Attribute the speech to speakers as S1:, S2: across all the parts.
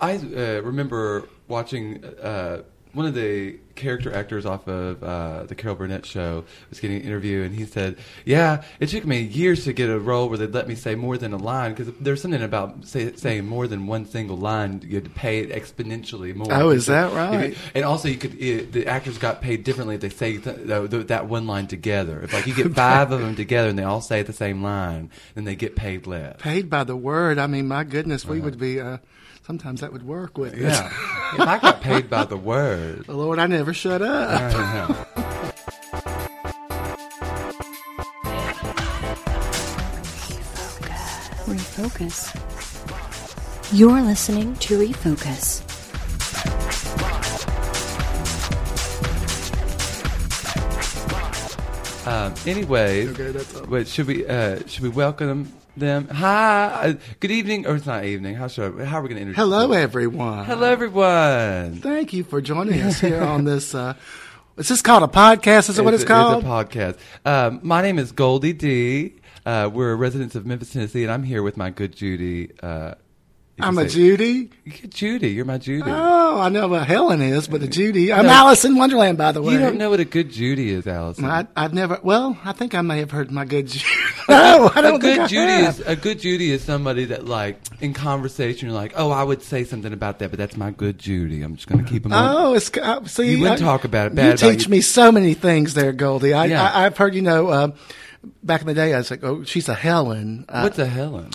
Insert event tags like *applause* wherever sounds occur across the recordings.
S1: I uh, remember watching uh, one of the character actors off of uh, the Carol Burnett show was getting an interview, and he said, "Yeah, it took me years to get a role where they'd let me say more than a line because there's something about say, saying more than one single line you had to pay it exponentially more."
S2: Oh, is that
S1: So,
S2: right?
S1: and also, you could it, the actors got paid differently if they say th- th- th- that one line together. If like you
S2: *laughs*
S1: get five of them together and they all say the same line, then they get paid
S2: *laughs*
S1: less.
S2: Paid by the word. I mean, my goodness, we would be. Uh, sometimes that would work with *laughs* us.
S1: Yeah, if I got paid by the word.
S2: Lord, I never shut up.
S1: I don't know. *laughs*
S3: Refocus. You're listening to Refocus.
S1: Um, anyways,
S2: Okay, that's all.
S1: wait, should we uh, should we welcome them? Hi, uh, good evening, or it's not evening. How should I, how are we going to introduce?
S2: Hello,
S1: them?
S2: everyone.
S1: hello, everyone.
S2: Thank you for joining us here on this. Uh, is this called a podcast? Is it what it's
S1: a-
S2: called?
S1: It's a podcast. Um, my name is Goldie D. Uh, we're residents of Memphis, Tennessee, and I'm here with my good Judy. Uh, you can
S2: I'm a
S1: say-
S2: Judy.
S1: You're Judy, you're my Judy.
S2: Oh, I know what Helen is, but a Judy. I'm
S1: No.
S2: Alice in Wonderland, by the way.
S1: you don't know what a good Judy is, Allison.
S2: I, I've never. Well, I think I may have heard
S1: *laughs*
S2: my *laughs* good Judy. no, I don't
S1: a good
S2: think I
S1: Judy
S2: have.
S1: is a good Judy is somebody that like in conversation you're like, oh, I would say something about that, but that's my good Judy. I'm just going to keep him. on.
S2: Oh, it's uh, see.
S1: You wouldn't
S2: I-
S1: talk about it bad
S2: You
S1: about
S2: teach
S1: you-
S2: me so many things there, Goldie. I,
S1: Yeah.
S2: I, I've heard you know. Uh, back in the day, I was like, "Oh, she's a Helen." Uh,
S1: What's a Helen?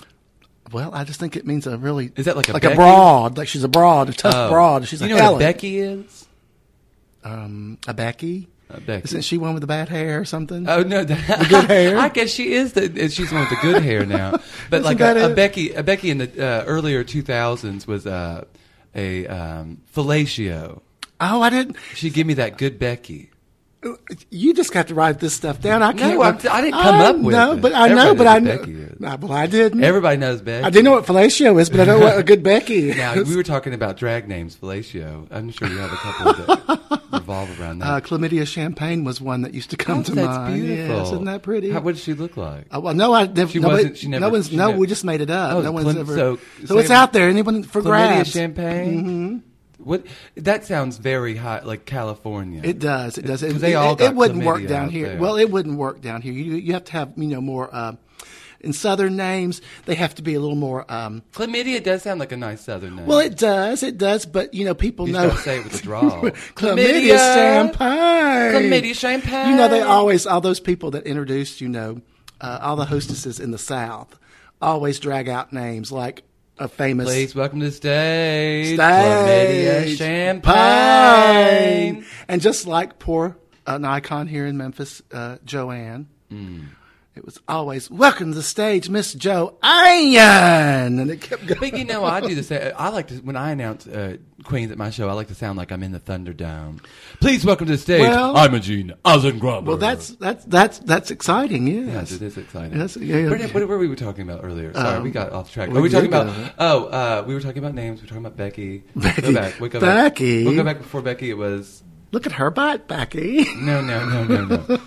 S2: Well, I just think it means a really
S1: Is that like a
S2: like
S1: Becky?
S2: a broad, like she's a broad, a tough
S1: Oh.
S2: broad. She's
S1: you
S2: a
S1: know
S2: Helen.
S1: what a Becky is?
S2: um, a Becky.
S1: A Becky.
S2: Isn't she one with the bad hair or something?
S1: Oh
S2: *laughs*
S1: no, that,
S2: good hair?
S1: I guess she is the she's the one with the good hair
S2: *laughs*
S1: now. But
S2: Isn't
S1: like
S2: that
S1: a, a
S2: it?
S1: Becky, a Becky in the uh, earlier 2000s was uh, a um, fellatio.
S2: oh, I didn't.
S1: She give me that good Becky.
S2: You just got to write this stuff down. I can't.
S1: I'm- I didn't come up with
S2: No,
S1: it.
S2: but I know.
S1: Everybody
S2: But I
S1: knows
S2: know.
S1: Becky is.
S2: Nah, well, I didn't.
S1: Everybody knows Becky.
S2: Mm-hmm. I didn't know what fellatio is, but
S1: *laughs*
S2: I know what a good Becky is.
S1: Now
S2: *laughs*
S1: we were talking about drag names, fellatio. I'm sure you have a couple
S2: *laughs*
S1: that revolve around that.
S2: Uh, chlamydia champagne was one that used to come
S1: Oh,
S2: to
S1: that's
S2: mind.
S1: beautiful.
S2: Yes, isn't that pretty?
S1: How, what does she look like?
S2: Uh, well, no, I never.
S1: She
S2: no,
S1: wasn't-
S2: it-
S1: she never-
S2: no one's.
S1: she
S2: no,
S1: never-
S2: we just made it up.
S1: Oh,
S2: no one's
S1: chlam-
S2: ever.
S1: so-
S2: So,
S1: so
S2: it's out there. Anyone for
S1: Chlamydia
S2: grabs.
S1: champagne. What that sounds very hot, like California.
S2: Mm-hmm. It does. It does. It,
S1: 'Cause they
S2: it-
S1: all
S2: it-
S1: got
S2: it wouldn't work
S1: chlamydia
S2: down
S1: out
S2: here.
S1: there.
S2: Well, it wouldn't work down here. You you have to have you know more. Uh, in southern names, they have to be a little more. Um,
S1: Chlamydia does sound like a nice southern name.
S2: well, it does. It does. But you know, people
S1: You
S2: know.
S1: gotta say it with a drawl.
S2: *laughs* chlamydia champagne.
S1: Chlamydia champagne.
S2: You know, they always all those people that introduced you know, uh, all the hostesses in the South always drag out names like a famous.
S1: Please welcome to the stage. Chlamydia
S2: Stage.
S1: champagne.
S2: Pine. And just like poor an icon here in Memphis, uh, Joanne,
S1: Mm.
S2: it was always welcome to the stage, Miss Joanne, and it kept going.
S1: But you know, I
S2: *laughs*
S1: do the same. I like to when I announce uh, queens at my show. I like to sound like I'm in the Thunderdome. Please welcome to the stage.
S2: Well-
S1: Imogene Ozengrubber.
S2: Well, that's that's that's that's exciting.
S1: Yes,
S2: Yes,
S1: it is exciting.
S2: Yes, yeah, yeah.
S1: Where, did- what, where were we talking about earlier? Sorry, we got off track.
S2: we
S1: Are we talking
S2: did
S1: about?
S2: go there.
S1: Oh, uh, we were talking about names. We were talking about Becky. Go
S2: Becky.
S1: back. We go
S2: Becky.
S1: Back. We'll go back before Becky. It was
S2: Look at her butt, Becky. *laughs*
S1: no, no, no, no, no.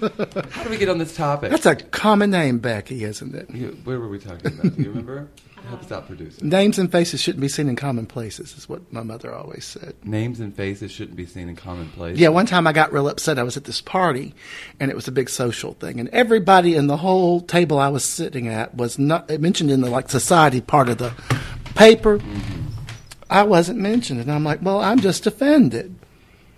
S1: How do we get on this topic?
S2: That's a common name, Becky, isn't it?
S1: You- Where were we talking about? Do you remember? Help us out, producer.
S2: Names and faces shouldn't be seen in common places, is what my mother always said.
S1: Names and faces shouldn't be seen in commonplace.
S2: Yeah, one time I got real upset. I was at this party, and it was a big social thing, and everybody in the whole table I was sitting at was not it mentioned in the like society part of the paper. I wasn't mentioned, and I'm like, well, I'm just offended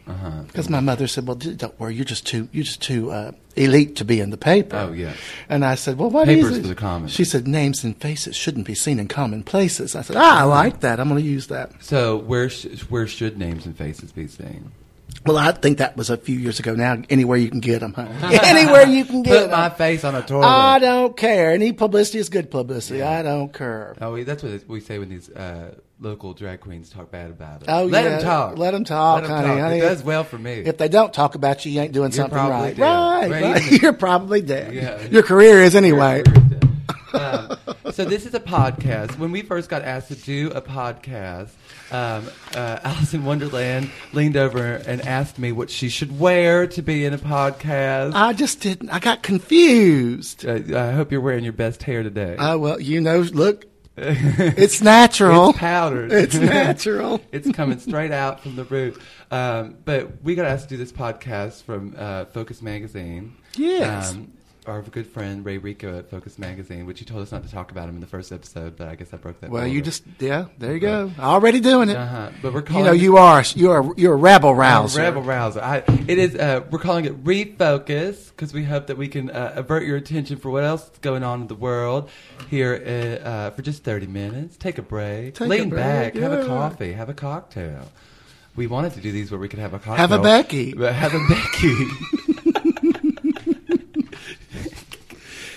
S1: Uh-huh.
S2: because my mother said, well, d- don't worry, you're just too you're just too uh, elite to be in the paper.
S1: Oh, yeah.
S2: And I said, well, what is
S1: Papers
S2: it?
S1: for the common.
S2: She said, names and faces shouldn't be seen in common places. I said, ah, I like that. I'm going to use that.
S1: So where sh- where should names and faces be seen?
S2: Well, I think that was a few years ago. Now, anywhere you can get them, huh? *laughs* anywhere you can get
S1: Put my
S2: 'em.
S1: face on a toilet.
S2: I don't care. Any publicity is good publicity. I don't care.
S1: Oh, we- that's what we say when these uh, local drag queens talk bad about it.
S2: Oh,
S1: let
S2: yeah.
S1: them talk.
S2: Let 'em talk,
S1: Let 'em
S2: honey. Honey,
S1: It does well for me.
S2: If they don't talk about you, you ain't doing something
S1: probably
S2: right.
S1: dead.
S2: Right.
S1: Right.
S2: right. *laughs* You're probably dead.
S1: Yeah.
S2: Your career is anyway.
S1: Um, so this is a podcast. When we first got asked to do a podcast, um, uh, Alice in Wonderland leaned over and asked me what she should wear to be in a podcast.
S2: I just didn't. I got confused.
S1: Uh, I hope you're wearing your best hair today. *laughs*
S2: Oh, well, you know, look, It's natural.
S1: It's powdered. *laughs*
S2: *laughs* It's natural.
S1: it's coming straight out from the root. Um, but we got asked to do this podcast from uh, Focus Magazine.
S2: Yes.
S1: Um, our good friend Ray Rico at Focus Magazine, which he told us not to talk about him in the first episode, but I guess I broke that.
S2: well,
S1: rule.
S2: you just yeah. There you go. Already doing it.
S1: Uh-huh. But we're
S2: You
S1: calling
S2: know, you are you are you're a rabble rouser.
S1: Rebel rouser. Uh, I, it is. Uh, we're calling it refocus because we hope that we can uh, avert your attention for what else is going on in the world here uh, uh, for just thirty minutes. Take a break.
S2: Take a
S1: Lean
S2: break,
S1: back. Have a
S2: yeah.
S1: coffee. Have a cocktail. We wanted to do these where we could have a cocktail.
S2: Have a Becky.
S1: But *laughs* have a Becky.
S2: *laughs*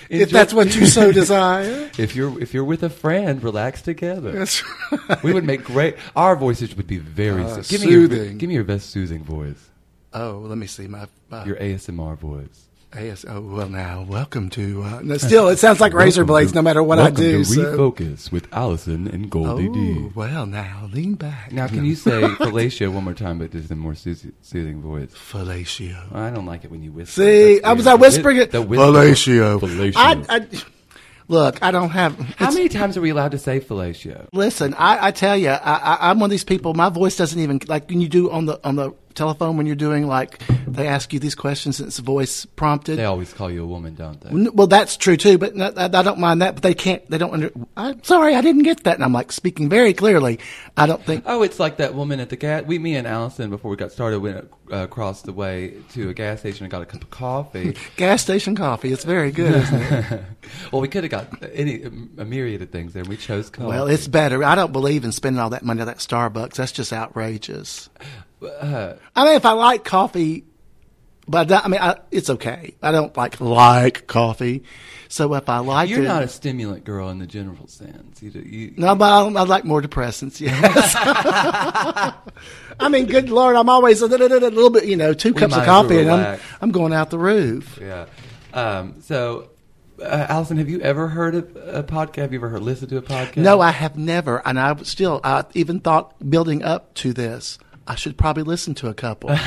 S2: If that's what
S1: *laughs*
S2: you so desire.
S1: If you're if you're with a friend, relax together.
S2: That's right.
S1: We would make great. Our voices would be very
S2: Uh,
S1: soo- give Me your,
S2: soothing.
S1: give me your best soothing voice.
S2: *laughs* Oh, let me see my. my
S1: Your ASMR voice.
S2: AS, oh well, now welcome to. Uh, no, still, it sounds like razor blades, no matter what I
S1: welcome
S2: do.
S1: To
S2: So.
S1: refocus with Allison and Goldie
S2: Oh
S1: D.
S2: well, now lean back.
S1: Now, can you say *laughs* fellatio one more time, but just in a more sooth- soothing voice?
S2: fellatio?
S1: I don't like it when you whisper.
S2: See,
S1: That's
S2: I was
S1: weird.
S2: out whispering it.
S1: The whisper.
S2: Fellatio.
S1: Fellatio.
S2: I, I, look, I don't have.
S1: How
S2: it's-
S1: many times are we allowed to say fellatio?
S2: Listen, I, I tell you, I, I, I'm one of these people. My voice doesn't even like when you do on the on the telephone when you're doing like they ask you these questions. and It's voice prompted.
S1: They always call you a woman, don't they?
S2: N- Well, that's true too, but no, I, I don't mind that. But they can't. They don't. Under, I'm sorry, I didn't get that. And I'm like speaking very clearly. I don't think.
S1: Oh, it's like that woman at the gas. We, me and Allison, before we got started, went uh, across the way to a gas station and got a cup of coffee. *laughs*
S2: Gas station coffee. It's very good. Isn't it?
S1: well, we could have got any a myriad of things there. and We chose coffee.
S2: Well, it's better. I don't believe in spending all that money on that Starbucks. That's just outrageous.
S1: Uh,
S2: I mean, if I like coffee, but I, don't- I mean, I, it's okay. I don't like like coffee. So if I like
S1: You're
S2: it,
S1: not a stimulant girl in the general sense. You, do- you,
S2: No, but I, don't- I like more depressants. Yes. *laughs* I mean, good lord, I'm always a little, little, little bit, you know, two cups
S1: might
S2: of
S1: as well
S2: coffee, and I'm
S1: relax.
S2: I'm going out the roof.
S1: Yeah. Um, so, uh, Allison, have you ever heard a, a podcast? Have you ever heard, listened to a podcast?
S2: No, I have never, and I would still, I even thought building up to this, I should probably listen to
S1: *laughs*
S2: a couple, but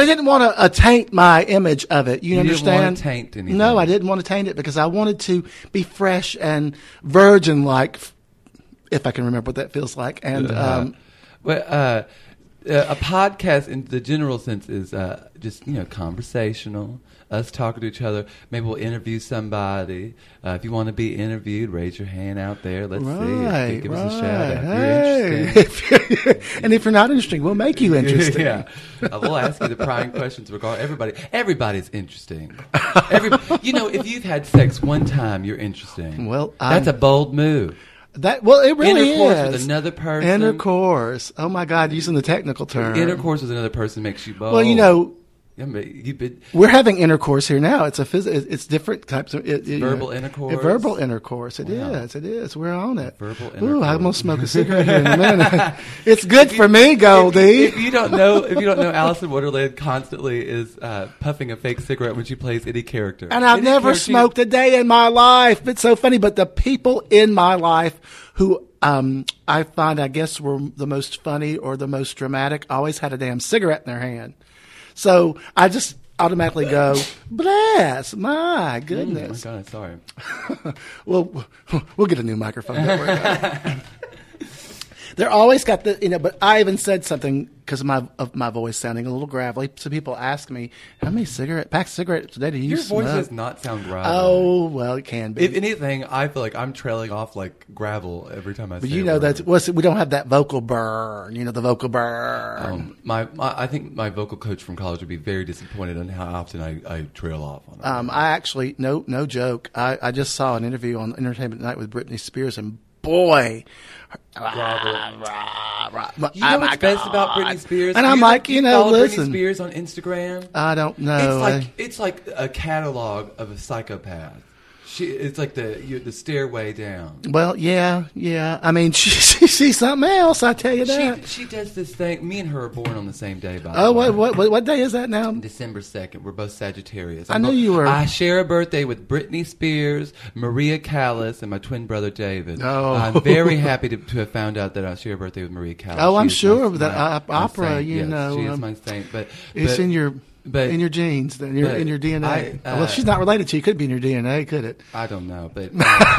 S2: I didn't want to uh, taint my image of it. You,
S1: didn't
S2: understand?
S1: wanna taint anything.
S2: No, I didn't want to taint it because I wanted to be fresh and virgin, like if I can remember what that feels like, and.
S1: Uh,
S2: Um,
S1: but, uh, uh, a podcast in the general sense is uh, just you know conversational. Us talking to each other. Maybe we'll interview somebody. Uh, if you want to be interviewed, raise your hand out there. Let's see.
S2: Right,
S1: Give
S2: right.
S1: us a shout out. If you're
S2: Hey.
S1: interested.
S2: *laughs* and if you're not interesting, we'll make you interesting.
S1: *laughs*
S2: *laughs*
S1: yeah, uh, we'll ask you the prying questions regarding everybody. Everybody's interesting. Every, you know, if you've had sex one time, you're interesting.
S2: Well,
S1: that's
S2: I'm-
S1: a bold move.
S2: That well, it really
S1: Intercourse
S2: is
S1: with another person.
S2: Intercourse. Oh my God, using the technical term.
S1: Intercourse with another person makes you bold.
S2: Well, you know,
S1: Yeah, but you've been
S2: we're having intercourse here now. It's a phys- it- it's different types of it, it-
S1: Verbal
S2: you know,
S1: intercourse.
S2: it- verbal intercourse. It is.
S1: Wow.
S2: It is. We're on it.
S1: Verbal
S2: Ooh,
S1: intercourse.
S2: I'm gonna smoke a cigarette here
S1: *laughs*
S2: in a minute. it's good for me, Goldie.
S1: If, if you don't know, if you don't know, Allison Waterland constantly is uh, puffing a fake cigarette when she plays any character,
S2: And I've
S1: Any
S2: never
S1: character-
S2: smoked a day in my life. It's so funny, but the people in my life who um, I find, I guess, were the most funny or the most dramatic always had a damn cigarette in their hand. So I just automatically go, bless my
S1: Oh my
S2: goodness.
S1: God, sorry.
S2: Well, we'll get a new microphone. Don't worry about it. *laughs* They're always got the you know, but I even said something because of my of my voice sounding a little gravelly. So people ask me, "How many cigarette packs of cigarettes a day do you
S1: Your
S2: smoke?"
S1: voice does not sound right.
S2: Oh well, it can be.
S1: If anything, I feel like I'm trailing off like gravel every time I.
S2: but
S1: say
S2: you
S1: a
S2: know
S1: word.
S2: that's what's, we don't have that vocal burn. You know the
S1: Oh.
S2: vocal burn.
S1: Um, my, my, I think my vocal coach from college would be very disappointed on how often I, I trail off on it.
S2: Um, I actually no no joke. I, I just saw an interview on Entertainment Tonight with Britney Spears, and boy, rah, rah, rah.
S1: you know
S2: um, Oh, my
S1: what's best
S2: God.
S1: about Britney Spears?
S2: And
S1: Do
S2: I'm
S1: you
S2: like,
S1: think
S2: you know,
S1: follow Britney
S2: listen, Oh,
S1: Spears on Instagram.
S2: I don't know.
S1: it's like
S2: I-
S1: it's like a catalog of a psychopath. She, it's like the you, the stairway down.
S2: well, yeah, yeah. I mean, *laughs* she, she, she's something else. I tell you that.
S1: She she does this thing. Me and her are born on the same day. By
S2: oh,
S1: the way.
S2: what, what what what day is that now?
S1: December 2nd. We're both Sagittarius.
S2: I knew you were-
S1: I share a birthday with Britney Spears, Maria Callas, and my twin brother David.
S2: Oh.
S1: I'm very happy to, to have found out that I share a birthday with Maria Callas.
S2: Oh, I'm
S1: She is my-
S2: sure that,
S1: my-
S2: uh,
S1: my
S2: opera,
S1: saint.
S2: you
S1: Yes,
S2: know,
S1: She is
S2: um,
S1: my saint. But,
S2: It's
S1: but
S2: in your
S1: But
S2: in your genes, then you're
S1: but
S2: in your DNA.
S1: I, uh,
S2: well, she's not related to you. Could be in your DNA, could it? *laughs*
S1: I don't know. But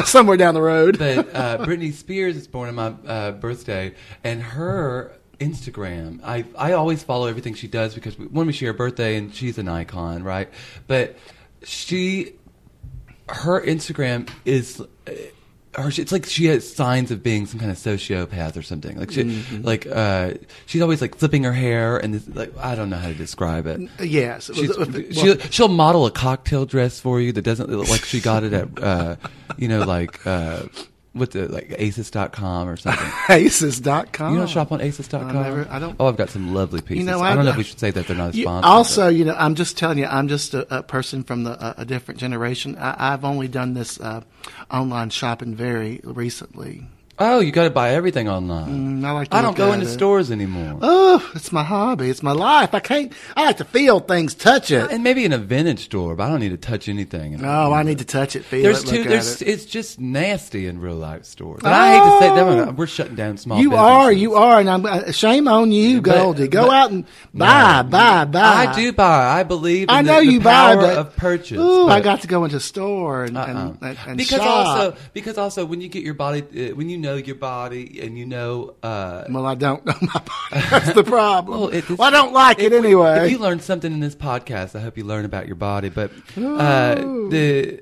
S2: Somewhere down the road.
S1: but uh, Britney Spears is born on my uh, birthday, and her Instagram, I I always follow everything she does because we, when we share a birthday, and she's an icon, right? But she, her Instagram is. uh, Her, it's like she has signs of being some kind of sociopath or something. Like she, like uh, she's always like flipping her hair and this, like I don't know how to describe it.
S2: yes. It was-
S1: She's,
S2: if-
S1: she,
S2: *laughs* well,
S1: she'll model a cocktail dress for you that doesn't look like she got it
S2: *laughs*
S1: at, uh, you know, like, uh, what the, like aces.com or something.
S2: aces.com.
S1: You don't shop on aces.com?
S2: Oh. I never- I don't-
S1: Oh, I've got some lovely pieces.
S2: You know,
S1: I, don't
S2: I-
S1: know if we should say that they're not a
S2: You-
S1: sponsor. but-
S2: also, you know, I'm just telling you, I'm just a, a person from the, a, a different generation. I, I've only done this uh, online shopping very recently.
S1: oh, you got to buy everything online.
S2: Mm, I like. To
S1: I don't
S2: look
S1: go
S2: at
S1: into
S2: it.
S1: stores anymore.
S2: Oh, it's my hobby. It's my life. I can't. I like to feel things, touch it.
S1: and maybe in a vintage store, but I don't need to touch anything.
S2: Oh, I need to touch it, feel
S1: There's
S2: it,
S1: two.
S2: look
S1: There's.
S2: at it.
S1: It's just nasty in real life stores. And I hate to say that. We're shutting down small.
S2: Oh. You are,
S1: businesses.
S2: you are, and I'm uh, shame on you,
S1: But-
S2: Goldie. Go
S1: but-
S2: out and buy,
S1: No.
S2: buy, buy.
S1: I do buy. I believe. In
S2: Ah. I
S1: the-
S2: know
S1: the
S2: you buy,
S1: power
S2: but
S1: of purchase.
S2: Ooh, I
S1: but-
S2: got to go into a store and, and,
S1: uh-uh.
S2: and, and
S1: because
S2: shop.
S1: also because also when you get your body uh, when you know your body and you know uh,
S2: well, I don't know my body.
S1: *laughs*
S2: That's the problem.
S1: Well,
S2: well,
S1: it-
S2: I don't like
S1: if
S2: it
S1: we-
S2: anyway.
S1: if you learned something in this podcast, I hope you learn about your body. But uh, the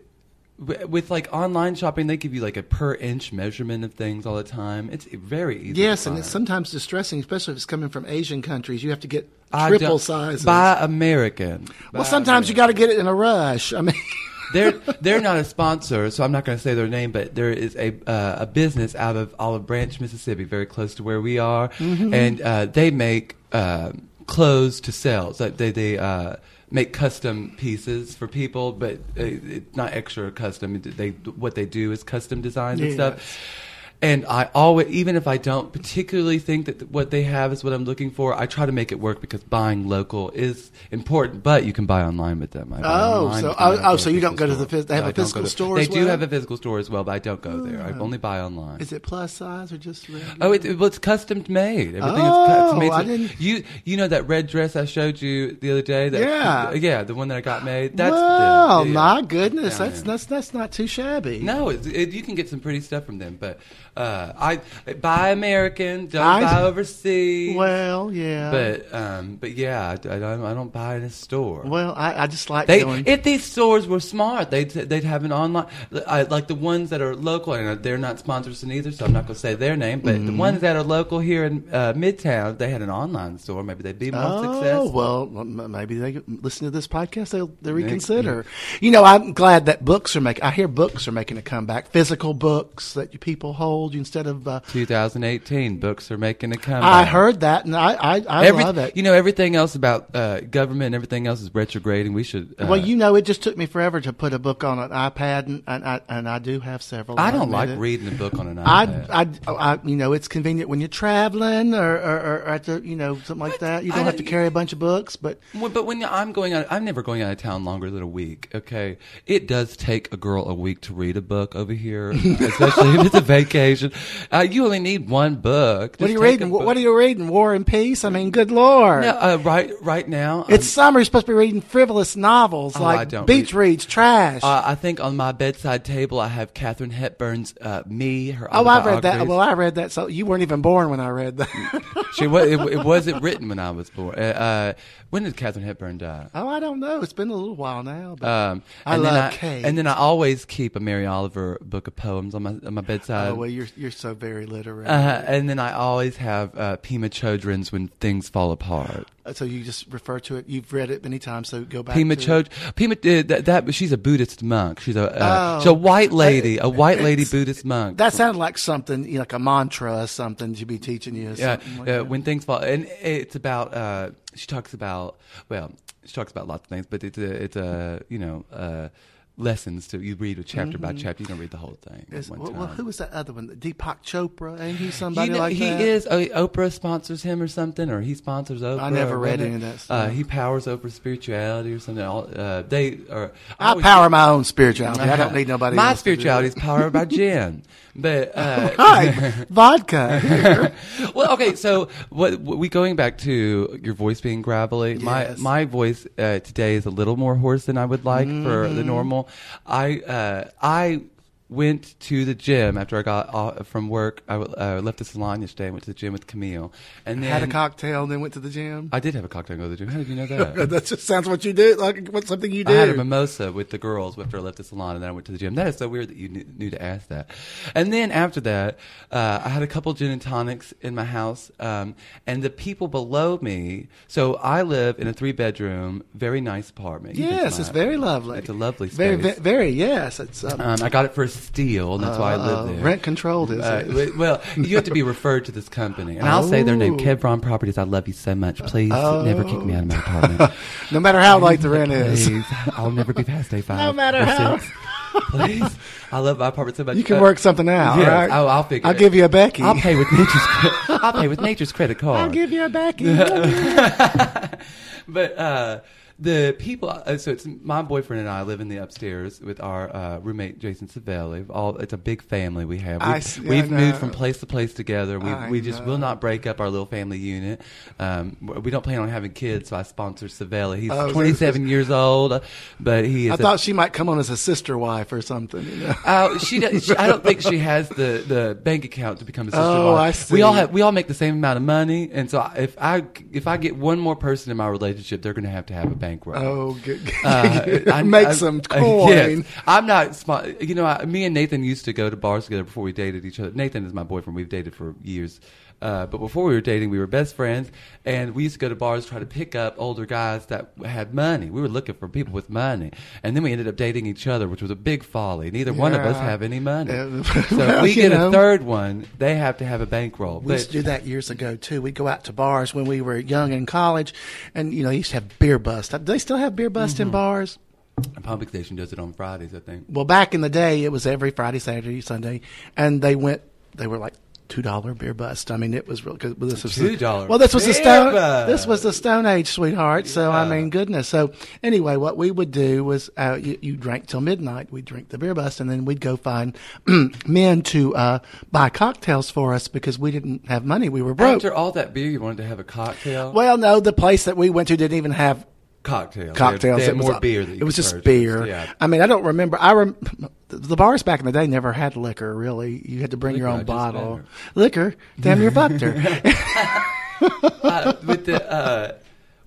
S1: w- with like online shopping, they give you like a per inch measurement of things all the time. It's very easy. to
S2: yes, and it's
S1: find.
S2: sometimes distressing, especially if it's coming from Asian countries. You have to get
S1: I
S2: triple
S1: don't-
S2: sizes.
S1: Buy American.
S2: well, sometimes you got to get it in a rush. I mean, *laughs*
S1: they're they're not a sponsor, so I'm not going to say their name. But there is a uh, a business out of Olive Branch, Mississippi, very close to where we are, and uh, they make um clothes to sell. So they they uh, make custom pieces for people, but uh, it's not extra custom. They what they do is custom designs and
S2: Yes.
S1: stuff. And I always, even if I don't particularly think that what they have is what I'm looking for, I try to make it work because buying local is important. But you can buy online with them. I buy
S2: Oh,
S1: online
S2: so-
S1: with them. I
S2: oh,
S1: don't
S2: oh,
S1: Um,
S2: so
S1: to
S2: you
S1: a
S2: don't go to
S1: store.
S2: the phys- they have
S1: No,
S2: a
S1: I don't go
S2: physical
S1: to-
S2: store
S1: They
S2: as
S1: do
S2: well? Oh.
S1: have a physical store as well, but I don't go there. I only buy online.
S2: is it plus size or just regular?
S1: Oh, it, it- well, it's custom made. Everything
S2: Oh,
S1: is custom made.
S2: I didn't-
S1: You you know that red dress I showed you the other day? That,
S2: Yeah.
S1: yeah, the one that I got made. That's
S2: well,
S1: them. Yeah.
S2: my goodness,
S1: Yeah,
S2: that's,
S1: yeah.
S2: that's that's not too shabby.
S1: No, it, it, you can get some pretty stuff from them, but uh, I buy American, don't
S2: I-
S1: buy overseas.
S2: Well, yeah.
S1: but um, but yeah, I, I don't, I don't buy in a store.
S2: well, I, I just like
S1: They,
S2: going.
S1: if these stores were smart, they'd they'd have an online I, like the ones that are local, and they're not sponsors in either, so I'm not going to say their name. But
S2: Mm-hmm.
S1: the ones that are local here in uh, Midtown, they had an online store. Maybe they'd be more
S2: Oh
S1: successful.
S2: well, m- maybe they listen to this podcast. They'll, they reconsider. You know, I'm glad that books are making. I hear books are making a comeback. Physical books that you people hold instead of. Uh,
S1: 2018 books are making a comeback.
S2: I heard that, and I I, I
S1: Every-
S2: love it.
S1: You know everything else about uh, government and everything else is retrograde, and we should. Uh,
S2: well, you know, it just took me forever to put a book on an iPad, and, and I and I do have several.
S1: I
S2: I'll
S1: don't
S2: admit
S1: like
S2: it.
S1: reading a book on an
S2: I,
S1: iPad.
S2: I, oh, I, you know, it's convenient when you're traveling or, or, or or at the, you know, something like that. You
S1: I
S2: don't have to
S1: don't-
S2: carry a bunch of books, but
S1: Well, but when I'm going out, I'm never going out of town longer than a week. Okay, it does take a girl a week to read a book over
S2: *laughs*
S1: here, especially if it's a vacation. Uh, you only need one book.
S2: what are you reading? What, what are you reading? War and Peace? I mean, good lord.
S1: No, uh, right, right now, um, I'm-
S2: It's summer. You're supposed to be reading frivolous novels
S1: Oh, I
S2: like
S1: don't
S2: beach
S1: read-
S2: reads, trash.
S1: uh, I think on my bedside table I have Catherine Hepburn's uh, "Me." Her
S2: oh, I read that.
S1: autobiographies.
S2: Well, I read that. So you weren't even born when I read that.
S1: *laughs* she was. It, it wasn't written when I was born. Uh, uh, when did Catherine Hepburn die?
S2: *laughs* oh, I don't know. It's been a little while now. But
S1: Um,
S2: I
S1: and
S2: love
S1: then I,
S2: Kate.
S1: And then I always keep a Mary Oliver book of poems on my on my bedside.
S2: oh well, you're you're so very literary.
S1: Uh, and then I always have uh, Pima Chodron's When Things Fall Apart.
S2: so you just refer to it. You've read it many times. So go back.
S1: Pima
S2: to
S1: Chodron, Pima, uh, that, that she's a Buddhist monk. She's a uh,
S2: Oh.
S1: she's a white lady, a white lady Buddhist monk.
S2: That sounded like something you know, like a mantra or something to be teaching you. Or
S1: yeah,
S2: something like
S1: uh,
S2: that.
S1: when things fall, and it's about uh, she talks about well, she talks about lots of things, but it's a, it's a you uh, know uh, lessons to you read a chapter by chapter. You don't read the whole thing. at
S2: Mm-hmm. Is-
S1: one
S2: well, well,
S1: time.
S2: who was that other one? Deepak Chopra? Ain't he somebody
S1: You know,
S2: like
S1: he
S2: that?
S1: is. oh, Oprah sponsors him or something, or he sponsors Oprah.
S2: never
S1: or
S2: read
S1: whatever.
S2: any of that
S1: Uh,
S2: stuff.
S1: he powers Oprah's spirituality or something. All, uh, they or
S2: I
S1: always-
S2: power my own spirituality. I don't need nobody
S1: My
S2: else to do
S1: spirituality is
S2: it.
S1: powered
S2: *laughs*
S1: by gin, but uh,
S2: Right. *laughs* Vodka.
S1: well, okay. So, what, what we going back to your voice being gravelly? My
S2: Yes.
S1: my voice uh, today is a little more hoarse than I would like for
S2: Mm-hmm.
S1: the normal. I uh, I went to the gym after I got off from work. I uh, left the salon yesterday. and Went to the gym with Camille, and then
S2: Had a cocktail and then went to the gym.
S1: I did have a cocktail and go to the gym. How did you know that?
S2: Uh, *laughs* that just sounds what you do. Like what's something you do.
S1: I had a mimosa with the girls after I left the salon, and then I went to the gym. That is so weird that you knew, knew to ask that. And then after that, uh, I had a couple gin and tonics in my house, um, and the people below me. So I live in a three bedroom, very nice apartment. You've been to
S2: yes, it's
S1: mine.
S2: very lovely.
S1: It's a lovely space.
S2: Very, ve- very. Yes, it's. Um,
S1: um, I got it for a steal, and that's why I live
S2: uh,
S1: there.
S2: Rent controlled, is
S1: Uh,
S2: it?
S1: w-
S2: *laughs*
S1: well, you have to be referred to this company, and I'll say their name,
S2: Oh.
S1: Kevron Properties. I love you so much. Please never kick me out of my
S2: *laughs*
S1: apartment.
S2: no matter how late the rent *laughs* is,
S1: Please, I'll never be past day five.
S2: No matter
S1: or
S2: how.
S1: six. Please, I love my apartment so much.
S2: you can
S1: Uh,
S2: work something out.
S1: yes.
S2: right?
S1: Oh, I'll figure.
S2: I'll
S1: it.
S2: give you a Becky. *laughs*
S1: I'll pay with nature's. cre- I'll pay with nature's credit card.
S2: I'll give you a *laughs* Becky.
S1: but uh, the people, uh, so it's my boyfriend and I live in the upstairs with our uh, roommate Jason Savelli. All it's a big family we have.
S2: I
S1: We've,
S2: see, I
S1: we've
S2: know.
S1: moved from place to place together. We
S2: I
S1: we just
S2: know.
S1: will not break up our little family unit. Um, we don't plan on having kids, so I sponsor Savelli. He's
S2: Oh, so-
S1: 27 years old, but he is.
S2: I
S1: a-
S2: thought she might come on as a sister wife or something. You *laughs* know?
S1: Oh, she, does, she. I don't think she has the, the bank account to become a sister.
S2: Oh,
S1: law.
S2: I
S1: We
S2: see.
S1: all have. We all make the same amount of money, and so I- if I if I get one more person in my relationship, they're going to have to have a bank run.
S2: Oh, good. *laughs*
S1: Uh, I-
S2: make
S1: I-
S2: some
S1: uh,
S2: coin.
S1: yes. I'm not smart. You know, I, me and Nathan used to go to bars together before we dated each other. Nathan is my boyfriend. We've dated for years. Uh, but before we were dating, we were best friends, and we used to go to bars try to pick up older guys that had money. We were looking for people with money, and then we ended up dating each other, which was a big folly. Neither one of us
S2: Yeah.
S1: have any money,
S2: Yeah. *laughs*
S1: so
S2: Well,
S1: if we
S2: you
S1: get a
S2: know.
S1: third one. They have to have a bankroll.
S2: We used to do that years ago too. We'd go out to bars when we were young in college, and you know, you used to have beer bust. Do they still have beer bust
S1: Mm-hmm.
S2: in bars?
S1: Public Station does it on Fridays, I think.
S2: Well, back in the day, it was every Friday, Saturday, Sunday, and they went. They were like two dollar beer bust. I mean, it was real. Cause well, this was the-
S1: $2
S2: Well, this was the
S1: beer
S2: stone.
S1: bust.
S2: This was the Stone Age, sweetheart. So I
S1: Yeah.
S2: mean, goodness. So anyway, what we would do was uh, you, you drank till midnight. We'd drink the beer bust, and then we'd go find *clears throat* men to uh, buy cocktails for us because we didn't have money. We were broke.
S1: After all that beer, you wanted to have a cocktail.
S2: well, no, the place that we went to didn't even have
S1: cocktails.
S2: cocktails.
S1: They had,
S2: it was
S1: more
S2: uh,
S1: beer. That you
S2: it was
S1: could
S2: just
S1: purchase.
S2: beer.
S1: Yeah.
S2: I mean, I don't remember. I rem- the- the bars back in the day never had liquor. Really, you had to bring
S1: Liquor,
S2: your own
S1: I just
S2: bottle.
S1: remember.
S2: Liquor, damn
S1: *laughs*
S2: your fucker.
S1: Uh, with the uh,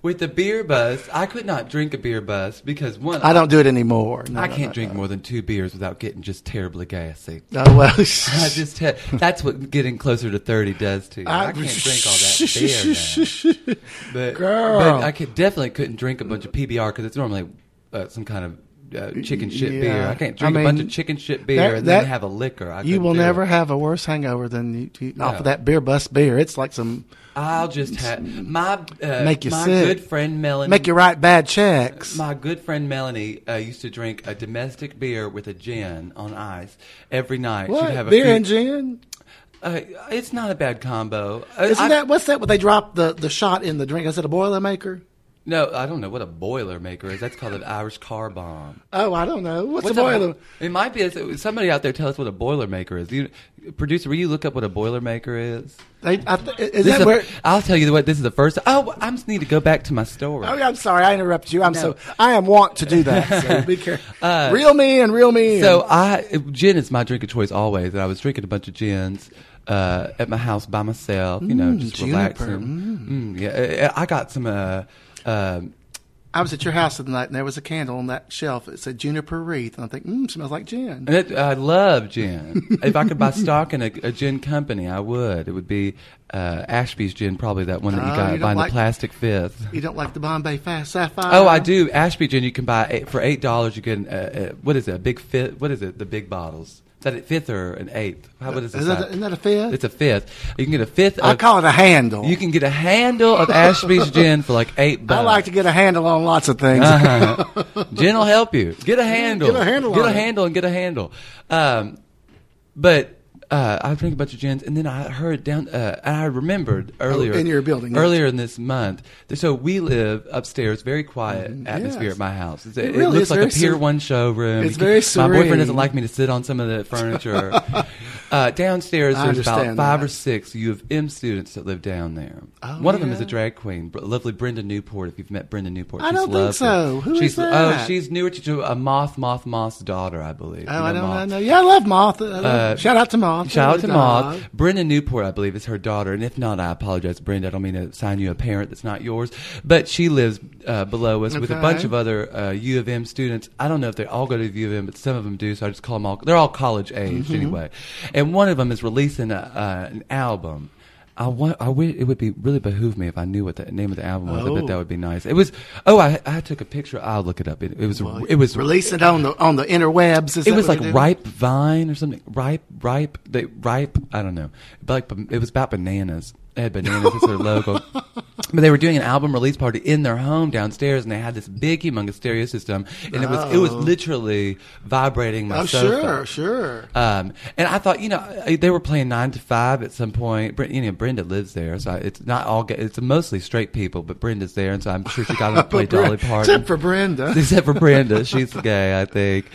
S1: with the beer bus, I could not drink a beer bus because one,
S2: I
S1: I,
S2: don't do it anymore. No, no,
S1: can't
S2: no.
S1: drink more than two beers without getting just terribly gassy. *laughs*
S2: Oh well.
S1: I just te- that's what getting closer to thirty does to you. I,
S2: I-
S1: can't drink all
S2: *laughs*
S1: that beer now. But,
S2: Girl.
S1: but I could definitely couldn't drink a bunch of PBR because it's normally uh, some kind of. Uh, chicken shit
S2: Yeah.
S1: beer. I can't
S2: I
S1: drink a bunch
S2: mean,
S1: of chicken shit beer
S2: that-
S1: and then
S2: that-
S1: have a liquor. I
S2: you
S1: couldn't
S2: will
S1: do
S2: never
S1: it.
S2: have a worse hangover than you, you off
S1: No.
S2: of that beer bus beer. It's like some
S1: I'll just have my uh,
S2: Make you
S1: my
S2: sick.
S1: good friend Melanie.
S2: make you write bad checks.
S1: My good friend Melanie uh, used to drink a domestic beer with a gin on ice every night.
S2: What
S1: She'd have a
S2: beer
S1: few-
S2: and gin?
S1: Uh, it's not a bad combo. Uh,
S2: Isn't
S1: I-
S2: that what's that? What they drop the, the shot in the drink? Is it a Boilermaker?
S1: No, I don't know what a boiler maker is. That's called an Irish car bomb.
S2: Oh, I don't know. What's,
S1: What's
S2: a
S1: a-
S2: boiler?
S1: It might be a, somebody out there. Tell us what a boiler maker is. You, producer, will you look up what a boiler maker is?
S2: They, I th- is
S1: This
S2: that
S1: is a-
S2: where?
S1: I'll tell you what. This is the first. Oh, I just need to go back to my story.
S2: Oh, I'm sorry, I interrupted you. I'm
S1: No. Uh,
S2: so I am wont to do that. So
S1: *laughs*
S2: be careful. reel me in, reel me in.
S1: So I gin is my drink of choice always, and I was drinking a bunch of gins uh, at my house by myself. You know, just
S2: Mm, juniper.
S1: relaxing. Mm. yeah, I I got some. Uh, um
S2: I was at your house the other night, and there was a candle on that shelf. It said juniper wreath, and I think, mm, smells like gin.
S1: and it, I love
S2: *laughs*
S1: gin. if I could buy stock in a, a gin company, I would. It would be uh, Ashby's gin, probably that one that you
S2: Oh,
S1: got
S2: you don't
S1: by in
S2: like- Uh.
S1: the plastic fifth.
S2: You don't like the Bombay Fast Sapphire?
S1: Oh, I do. Ashby gin, you can buy eight, for eight dollars. You can uh, uh, what is it? A big fit? What is it? The big bottles. that a fifth or an eighth? How about it's a
S2: Is that-
S1: side?
S2: isn't that a fifth?
S1: It's a fifth. You can get a fifth.
S2: I
S1: of-
S2: call it a handle.
S1: You can get a handle of Ashby's gin for like eight bucks.
S2: I like to get a handle on lots of things.
S1: *laughs* Uh-huh. Gin will help you. Get a handle.
S2: Get a handle
S1: Get
S2: on
S1: a
S2: it.
S1: handle and get a handle. Um, but uh, I drink a bunch of gins, and then I heard down. Uh, and I remembered earlier
S2: Oh, in your building, yes.
S1: earlier in this month. th- So we live upstairs, very quiet atmosphere
S2: Mm-hmm. yes.
S1: at my house. It's-
S2: It
S1: It,
S2: really
S1: looks
S2: is
S1: like a
S2: very
S1: Pier
S2: ser-
S1: One showroom.
S2: It's
S1: You can- My
S2: very
S1: boyfriend
S2: serene.
S1: doesn't like me to sit on some
S2: *laughs*
S1: of the furniture. uh, downstairs,
S2: I
S1: there's about
S2: understand
S1: five
S2: that. Oh,
S1: or six U of M students that live down there. One of them is a
S2: yeah.
S1: drag queen, br- lovely Brenda Newport. If you've met Brenda Newport,
S2: I
S1: she's
S2: don't think
S1: lovely.
S2: so. Who is
S1: she's,
S2: that?
S1: Oh, she's newer to a moth, moth, moth's daughter, I believe. You
S2: Oh, I
S1: know
S2: don't know. I
S1: Moth?
S2: know. Yeah, I love Moth. I love-
S1: Uh,
S2: shout out to Moth.
S1: Shout out to
S2: Dog.
S1: Moth. Brenda Newport, I believe, is her daughter. And if not, I apologize, Brenda. I don't mean to assign you a parent that's not yours. But she lives uh, below us with a
S2: Okay.
S1: bunch of other uh, U of M students. I don't know if they all go to U of M, but some of them do. So I just call them all. They're all college age anyway. And one of them is releasing a, uh, an album. I want. I wish it would be really behoove me if I knew what the name of the album was. I bet
S2: Oh.
S1: that would be nice. It was. Oh, I, I took a picture. I'll look it up. It, it was. it was
S2: Release it on the on the interwebs. Is
S1: it
S2: that
S1: was
S2: what
S1: like
S2: you do?
S1: ripe vine or something. Ripe, ripe, they, ripe. I don't know. But like ban- it was about bananas. They had bananas as their
S2: *laughs*
S1: logo, but they were doing an album release party in their home downstairs, and they had this big humongous stereo system, and it was it was literally vibrating my
S2: Oh,
S1: sofa.
S2: sure, sure.
S1: Um, and I thought, you know, I- they were playing nine to five at some point. Br- you know, Brenda lives there, so I, it's not all. ga- It's mostly straight people, but Brenda's there, and so I'm sure she got
S2: *laughs*
S1: to play Dolly Parton.
S2: Except for Brenda.
S1: *laughs* Except for Brenda, she's gay. I think.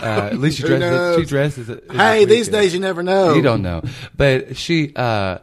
S1: Uh, at least she
S2: Who
S1: dresses. She
S2: knows?
S1: dresses. as- as
S2: Hey, these
S1: Greek.
S2: days you never know.
S1: You don't know, but she. Uh,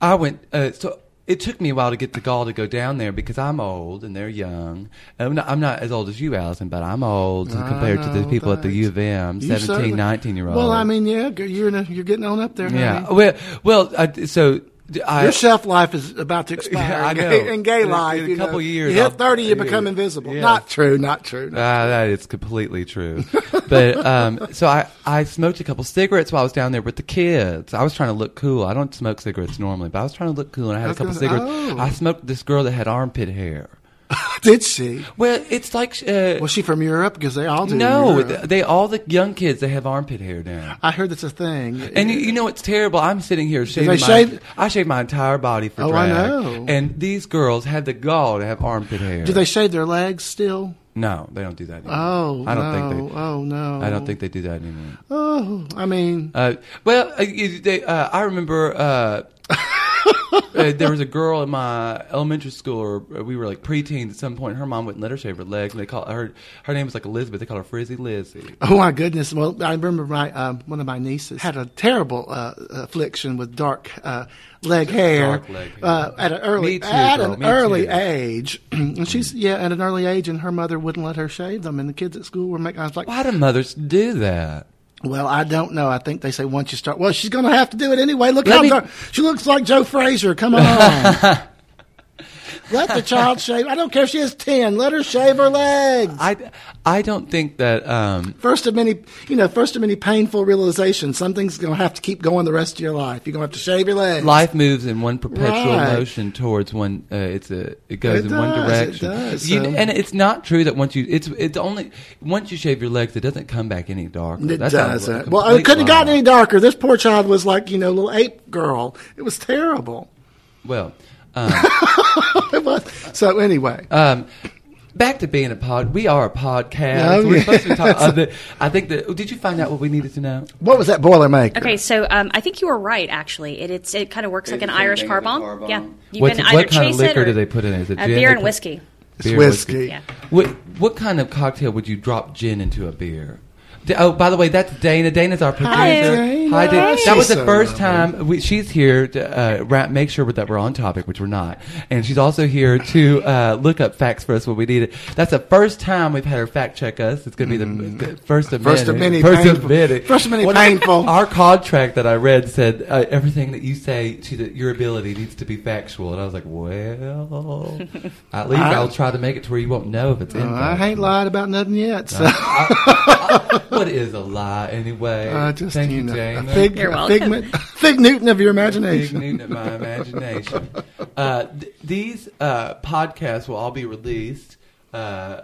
S1: I went. Uh, so it took me a while to get the gall to go down there because I'm old and they're young. I'm not, I'm not as old as you, Allison, but I'm old and
S2: I
S1: compared to the
S2: know,
S1: people at the U
S2: thanks.
S1: of M,
S2: You
S1: 17,
S2: certainly-
S1: 19 year old.
S2: Well, I mean, yeah, g- you're in a, you're getting on up there.
S1: yeah.
S2: honey.
S1: Well, well. I, so I,
S2: Your shelf life is about to
S1: *laughs*
S2: expire.
S1: Yeah, I
S2: in
S1: know.
S2: gay- In gay
S1: In a-
S2: life,
S1: in a
S2: you know.
S1: couple years,
S2: you hit
S1: I'll-
S2: thirty, you become
S1: yeah.
S2: invisible.
S1: Yeah.
S2: Not true. Not true. not
S1: Ah, that is completely true. but um, so I, I smoked a couple cigarettes while I was down there with the kids. I was trying to look cool. I don't smoke cigarettes normally, but I was trying to look cool, and I had a
S2: was
S1: couple
S2: gonna-
S1: cigarettes.
S2: oh.
S1: I smoked this girl that had armpit hair.
S2: true. *laughs* Did she?
S1: Well, it's like uh,
S2: Was she from Europe? Because they all do. in
S1: no,
S2: Europe.
S1: th- they all the young kids they have armpit hair now.
S2: I heard that's a thing.
S1: And you, you know it's terrible. I'm sitting here shaving.
S2: they
S1: my,
S2: shave-
S1: I shave my entire body for
S2: Oh, I
S1: drag.
S2: know.
S1: And these girls had the gall to have armpit hair.
S2: do they shave their legs still?
S1: No, they don't do that. Anymore.
S2: Oh,
S1: I don't
S2: no.
S1: think they.
S2: Oh no.
S1: I don't think they do that anymore.
S2: Oh, I mean,
S1: Uh, well, uh, you- they, uh, I remember uh, uh, there was a girl in my elementary school, or uh, we were like preteens at some point. Her mom wouldn't let her shave her legs, and they call her her name was like Elizabeth. They called her Frizzy Lizzy.
S2: Oh my goodness! Well, I remember my um, one of my nieces had a terrible uh, affliction with dark uh, leg hair,
S1: Dark leg hair.
S2: Uh, at an early
S1: Me too,
S2: at
S1: girl.
S2: an
S1: Me
S2: early
S1: too.
S2: age, *clears throat* and she's yeah at an early age, and her mother wouldn't let her shave them, and the kids at school were making. I was like,
S1: Why do mothers do that?
S2: well, I don't know. I think they say once you start, well, she's going to have to do it anyway. Look
S1: Let
S2: how
S1: me-
S2: dark she looks like Joe Frazier.
S1: *laughs*
S2: Come on. Let the child shave. I don't care if she is 10. Let her shave her legs.
S1: I I don't think that. Um,
S2: First of many, you know, first of many painful realizations. Something's going to have to keep going the rest of your life. You're going to have to shave your legs.
S1: Life moves in one perpetual
S2: Right.
S1: motion towards one. Uh, it's a it goes
S2: It
S1: in one
S2: does, it
S1: direction.
S2: does,
S1: You-
S2: so-
S1: and it's not true that once you it's it's only once you shave your legs it doesn't come back any darker.
S2: It
S1: That's a- a
S2: doesn't. Well, it
S1: complete
S2: couldn't have gotten
S1: lie.
S2: any darker. This poor child was like, you know, little ape girl. It was terrible. *laughs*
S1: Well, um,
S2: It was. So anyway, *laughs*
S1: um, back to being a pod. We are a podcast.
S2: Oh,
S1: We're
S2: yeah.
S1: supposed to be
S2: *laughs*
S1: talking. Uh, the, I think that. oh, Did you find out what we needed to know?
S2: what was that Boilermaker?
S4: Okay, so um, I think you were right. Actually, it it's, it kind of works like an
S1: the same
S4: Irish
S1: thing
S4: car
S1: as a
S4: bomb.
S1: car bomb.
S4: Yeah, you
S1: What's-
S4: can
S1: what
S4: either
S1: kind of
S4: chase
S1: liquor
S4: it or
S1: do they put in it? Is it
S4: uh,
S1: gin? They
S4: beer and
S1: put- Oh.
S4: whiskey.
S2: It's
S1: Beer,
S2: whiskey.
S4: Yeah.
S1: What what kind of cocktail would you drop gin into a beer? D- Oh, by the way, that's Dana. Dana's our producer.
S2: Dana.
S1: Hi, Dana.
S2: She's
S1: That was the
S2: so
S1: first
S2: lovely.
S1: time we, she's here to uh, wrap, make sure that we're on topic, which we're not. And she's also here to uh, look up facts for us when we need it. That's the first time we've had her fact check us. It's going to be the, the first of
S2: Mm. First of
S1: many.
S2: many
S1: First of
S2: painful-
S1: many.
S2: first of many
S1: What-
S2: painful.
S1: Our contract that I read said uh, everything that you say to the, your ability needs to be factual, and I was like, well, at least
S2: I-
S1: I'll try to make it to where you won't know if it's in.
S2: Well, I ain't lied about nothing yet. So
S1: *laughs* What is a lie anyway?
S2: uh, Uh-huh. just
S1: Thank
S2: you, know,
S1: Jane.
S2: a fig,
S4: You're
S2: a
S4: welcome.
S2: figment- fig Newton of your
S1: Big
S2: imagination.
S1: need of my imagination. Uh, th- these uh, podcasts will all be released uh,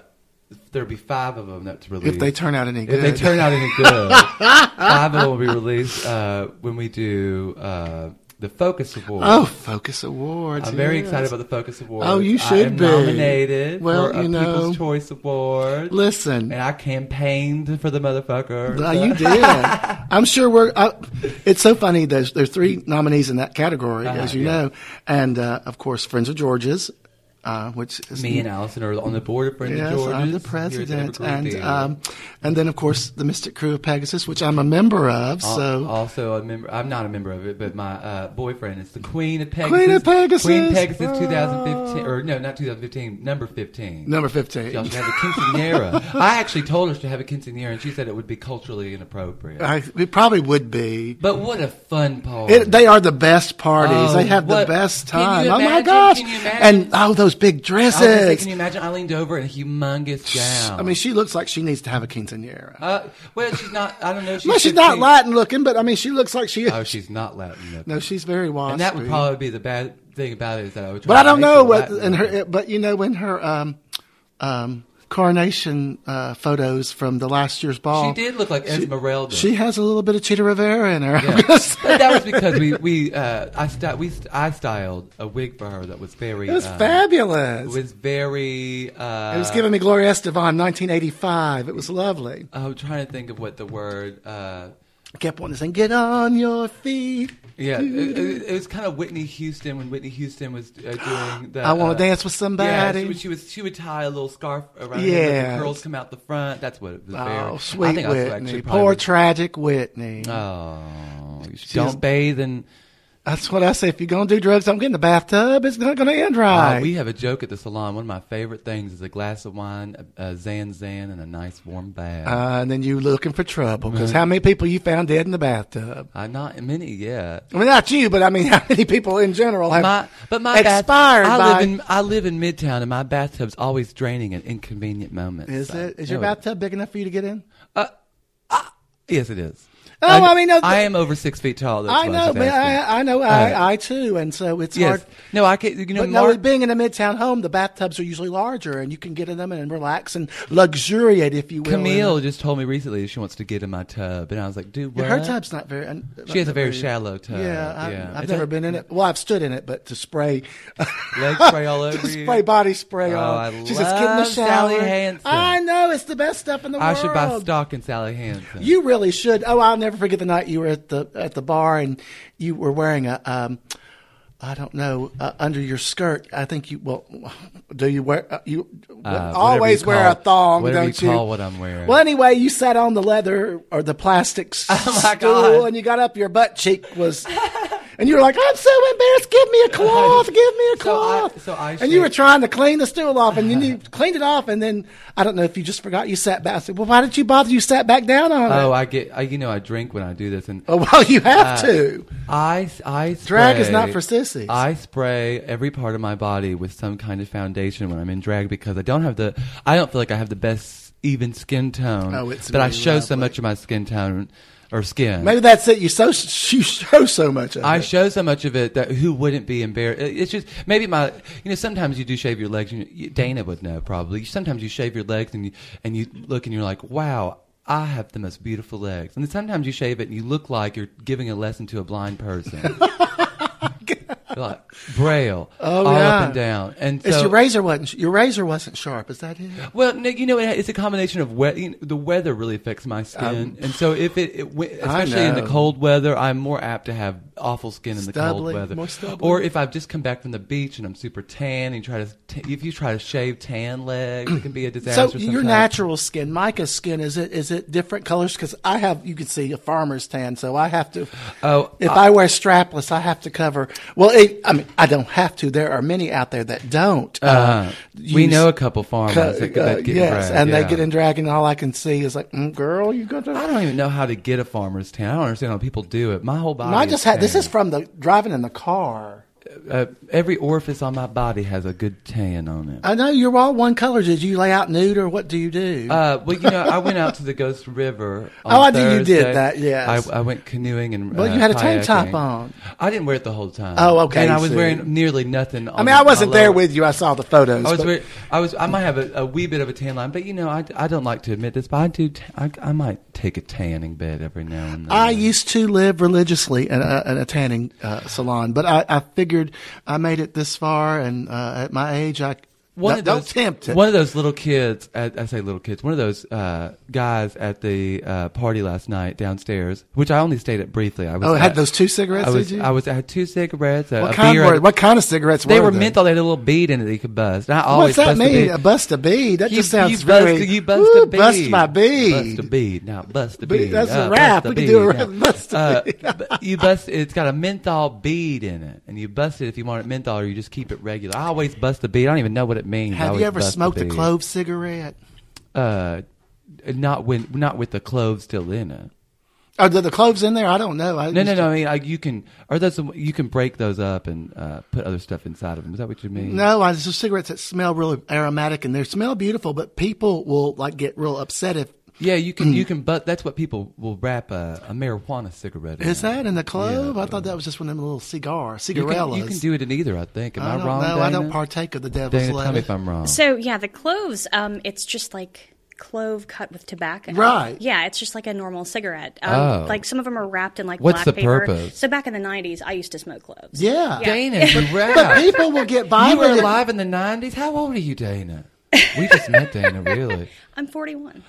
S1: there'd be five of them that's released.
S2: If they turn out any
S1: If
S2: good,
S1: they turn out any
S2: *laughs*
S1: good, five of them will be released uh, when we do uh, the Focus Award.
S2: oh, Focus Awards.
S1: I'm very
S2: yes.
S1: excited about the Focus Award.
S2: Oh, you
S1: I
S2: should
S1: am
S2: be.
S1: nominated
S2: Well,
S1: for a
S2: you know-
S1: People's Choice Award.
S2: Listen,
S1: and I campaigned for the motherfucker.
S2: Uh,
S1: *laughs*
S2: you did. I'm sure we're. I, it's so funny. There's there's three nominees in that category, as you
S1: Uh-huh. yeah.
S2: know, and uh, of course, Friends of George's, uh, which is
S1: Me and Allison are on the board of Friends
S2: Yes,
S1: of George's.
S2: I'm the
S1: here at the
S2: president,
S1: Evergreen
S2: and
S1: Theater.
S2: um, and then of course the Mystic Crew of Pegasus, which I'm a member of.
S1: Al-
S2: so
S1: also a member. I'm not a member of it, but my uh, boyfriend is the Queen of Pegasus.
S2: Queen of Pegasus! Ah.
S1: Queen Pegasus 2015, or no, not 2015, number 15.
S2: number
S1: Y'all
S2: fifteen.
S1: should have a quinceanera.
S2: *laughs*
S1: I actually told her to have a quinceanera, and she said it would be culturally inappropriate.
S2: I, it probably would be.
S1: but what a fun party!
S2: It, they are the best parties.
S1: Oh,
S2: they have
S1: what-
S2: the best
S1: can you
S2: time. oh my
S1: imagine-
S2: gosh!
S1: can you imagine-
S2: And oh, those big
S1: I was gonna say,
S2: dresses.
S1: can you imagine? I leaned over and a humongous gown.
S2: I mean, she looks like she needs to have a quinceanera.
S1: uh, well, she's not. I don't know. if She's
S2: no, she's not
S1: 15.
S2: Latin looking, but I mean, she looks like she.
S1: Oh, she's not Latin. though.
S2: No, she's very waspy.
S1: and that would probably be the bad thing about it is that I would. Try
S2: But I
S1: to
S2: don't
S1: make
S2: know
S1: her
S2: what
S1: Latin.
S2: and her. But you know when her um, um, coronation uh, photos from the last year's
S1: She
S2: ball.
S1: did look like Esmeralda.
S2: She has a little bit of Cheetah Rivera in her. *laughs*
S1: Yeah. but that was because we we uh, I st- we st- I styled a wig for her that was very
S2: it was
S1: uh,
S2: fabulous.
S1: It was very. Uh,
S2: It was giving me Gloria Estefan, 1985. It was lovely.
S1: oh, I'm trying to think of what the word. Uh,
S2: I kept wanting to sing, "Get on your feet."
S1: yeah, it, it, it
S2: *laughs*
S1: was kind of Whitney Houston when Whitney Houston was uh, doing the.
S2: I wanna
S1: uh,
S2: dance with somebody.
S1: Yeah, she, would- she was she would tie a little scarf around. Yeah,
S2: Yes.
S1: the curls come out the front. That's what it was.
S2: Oh,
S1: very,
S2: sweet
S1: I think I
S2: Whitney,
S1: actually
S2: poor
S1: probably Uh. was-
S2: tragic Whitney.
S1: Oh, you
S2: was-
S1: don't bathe in.
S2: That's what I say. If you're gonna do drugs, don't get in the bathtub. It's not gonna end right.
S1: Uh, we have a joke at the salon. One of my favorite things is a glass of wine, a, a Zan Zan, and a nice warm bath.
S2: Uh, and then you looking for trouble because how many people you found dead in the bathtub?
S1: Uh, not many yet.
S2: I mean, not you, but I mean, *laughs* how many people in general have
S1: My, but my
S2: expired
S1: bath, I
S2: by?
S1: live in I live in Midtown, and my bathtub's always draining at inconvenient moments.
S2: is
S1: So,
S2: it? Is your
S1: no, it-
S2: bathtub big enough for you to get in?
S1: Yes, it is.
S2: Oh,
S1: And
S2: I mean, no,
S1: I am over six feet tall. That's
S2: I
S1: why
S2: know,
S1: was
S2: but
S1: asking.
S2: I, I know, I, I too, and so it's
S1: yes.
S2: hard.
S1: No, I can. You know,
S2: But no,
S1: Mark-
S2: being in a midtown home, the bathtubs are usually larger, and you can get in them and relax and luxuriate, if you will. in
S1: Camille just told me recently that she wants to get in my tub, and I was like, "Dude,
S2: them.
S1: what?"
S2: her tub's not very. un-
S1: She has a
S2: not
S1: very shallow tub.
S2: Yeah, I,
S1: Yeah.
S2: I've
S1: It's
S2: never
S1: a-
S2: been in it. Well, I've stood in it, but to spray, *laughs*
S1: Leg spray all over
S2: to
S1: you.
S2: spray body spray
S1: Oh,
S2: on.
S1: I
S2: she says, "Get in the
S1: love Sally
S2: shower."
S1: Hansen.
S2: I know it's the best stuff in the
S1: I
S2: world.
S1: should buy stock in Sally Hansen.
S2: You really should. Oh, I'll never forget the night you were at the at the bar and you were wearing a um, I don't know, uh, under your skirt. I think you well, do you wear uh, you
S1: Uh,
S2: always
S1: whatever you
S2: wear a
S1: call-
S2: thong?
S1: whatever you
S2: don't
S1: call what I'm wearing.
S2: Well, anyway, you sat on the leather or
S1: *laughs*
S2: the plastic
S1: Oh, my
S2: stool
S1: God.
S2: and you got up. Your butt cheek was. And you were like, I'm so embarrassed.
S1: *laughs*
S2: Give me a cloth. Give me
S1: So I-
S2: a cloth.
S1: so I
S2: and you were
S1: should-
S2: trying to clean the stool off, and
S1: *laughs*
S2: then you cleaned it off, and then I don't know if you just forgot you sat back. I said, Well, why did you bother? You sat back down on it.
S1: Oh, I get. I, you know, I drink when I do this, and
S2: Oh, well, you have
S1: Uh,
S2: to.
S1: I, I spray,
S2: Drag is not for sissies.
S1: I spray every part of my body with some kind of foundation when I'm in drag because I don't have the. I don't feel like I have the best even skin tone.
S2: Oh, it's
S1: but I
S2: really
S1: show so
S2: lovely.
S1: much of my skin tone or skin.
S2: Maybe that's it. You so you show so much of
S1: I
S2: it.
S1: show so much of it that who wouldn't be embarrassed? It's just maybe my, you know, sometimes you do shave your legs. And you, Dana would know probably. Sometimes you shave your legs and you and you look and you're like, wow, I have the most beautiful legs. And then sometimes you shave it and you look like you're giving a lesson to a blind person.
S2: *laughs*
S1: You're like braille, all
S2: Oh, yeah.
S1: up and down, and so
S2: It's your razor wasn't your razor wasn't sharp. Is that it?
S1: well, no, you know, it- it's a combination of wet. You know, the weather really affects my skin, and so if it, it we-
S2: Um, I
S1: especially in the
S2: know.
S1: cold weather, I'm more apt to have awful skin in the
S2: Stubbly,
S1: cold weather.
S2: more stubbly.
S1: Or if I've just come back from the beach and I'm super tan, and you try to t- if you try to shave tan legs, it can be a disaster.
S2: So your
S1: sometimes.
S2: natural skin, Micah's skin, is it is it different colors? Because I have you can see a farmer's tan, so I have to.
S1: Oh,
S2: if I, wear strapless, I have to cover. Well, it, I mean, I don't have to. There are many out there that don't. Uh,
S1: Uh, we
S2: use-
S1: know a couple farmers
S2: co-
S1: that,
S2: uh,
S1: that Oh, get in
S2: yes,
S1: drag,
S2: and
S1: yeah.
S2: they get in drag, and all I can see is like, mm, girl, you got to.
S1: I don't even know how to get a farmer's tan. I don't understand how people do it. My whole body.
S2: I just
S1: is
S2: had this
S1: tan.
S2: is from the driving in the car.
S1: uh, every orifice on my body has a good tan on it.
S2: I know you're all one color. Did you lay out nude or what do you do?
S1: Uh, well, you know, I went out to the Ghost
S2: *laughs*
S1: River. On
S2: Oh, I knew you did
S1: Thursday.
S2: that, yes.
S1: I, I went canoeing and.
S2: Well,
S1: uh,
S2: you had a tank top
S1: kayaking.
S2: on.
S1: I didn't wear it the whole time.
S2: Oh, okay,
S1: And I was
S2: see.
S1: wearing nearly nothing. On
S2: I mean, I wasn't there with you. I saw the photos.
S1: I was.
S2: but-
S1: Wearing, I was. I might have a, a wee bit of a tan line, but you know, I, I don't like to admit this, but I do. T- I, I might take a tanning bed every now and then.
S2: I used to live religiously in a, in a tanning uh, salon, but I, I figured I made it this far, and uh, at my age, I
S1: one
S2: no,
S1: of
S2: don't
S1: those,
S2: tempt it.
S1: One of those little kids. At, I say little kids. One of those uh, guys at the uh, party last night downstairs, which I only stayed at briefly. I was
S2: Oh, it had
S1: at-
S2: those two cigarettes,
S1: I was.
S2: did you?
S1: I was. I had two cigarettes. A,
S2: what
S1: a
S2: kind
S1: beer.
S2: were what kind of cigarettes
S1: they
S2: were
S1: were
S2: they?
S1: menthol. They had a little bead in it that you could buzz. And I always
S2: What's that
S1: bust a
S2: mean?
S1: bead.
S2: A bust a bead? That
S1: You-
S2: just sounds
S1: you bust,
S2: very.
S1: You bust
S2: Ooh,
S1: a bead.
S2: Bust my bead.
S1: Bust a bead. Now bust a
S2: Bead,
S1: bead.
S2: that's a
S1: Uh,
S2: rap.
S1: bust
S2: We can do a
S1: bead.
S2: rap. *laughs*
S1: Yeah.
S2: Bust a
S1: Uh,
S2: bead.
S1: but you bust. It's got a menthol bead in it, and you bust it if you want it menthol, or you just keep it regular. I always bust a bead. I don't even know what it means. I
S2: Have
S1: always
S2: you ever
S1: bust
S2: smoked a
S1: bead.
S2: clove cigarette?
S1: Uh, not when, not with the cloves still in it.
S2: Are the, the cloves in there? I don't know. I
S1: No,
S2: used
S1: no,
S2: to-
S1: no. I mean, like you can, or that's you can break those up and uh, put other stuff inside of them. Is that what you mean?
S2: No, I there's cigarettes that smell really aromatic and they smell beautiful, but people will like get real upset if
S1: Yeah, you can.
S2: *clears throat*
S1: You can. But that's what people will wrap a, a marijuana cigarette. in.
S2: is that in the clove? I thought that was just one of them little cigar
S1: You can,
S2: cigarellas.
S1: you can do it in either. I think. Am I,
S2: I don't
S1: wrong?
S2: know. I don't
S1: Dana?
S2: partake of the devil's
S1: Dana, tell me
S2: lettuce.
S1: if I'm wrong.
S4: So yeah, the cloves. Um, it's just like clove cut with tobacco.
S2: Right.
S4: Yeah, it's just like a normal cigarette. Um,
S1: Oh.
S4: Like some of them are wrapped in like
S1: What's
S4: black
S1: the
S4: paper.
S1: purpose?
S4: So back in the '90s, I used to smoke cloves.
S2: yeah.
S1: Dana,
S2: *laughs*
S1: you
S2: But
S1: rap.
S2: people will get
S1: you were
S2: violent.
S1: alive in the '90s. How old are you, Dana? We just met Dana.
S2: *laughs*
S1: Really?
S4: I'm 41.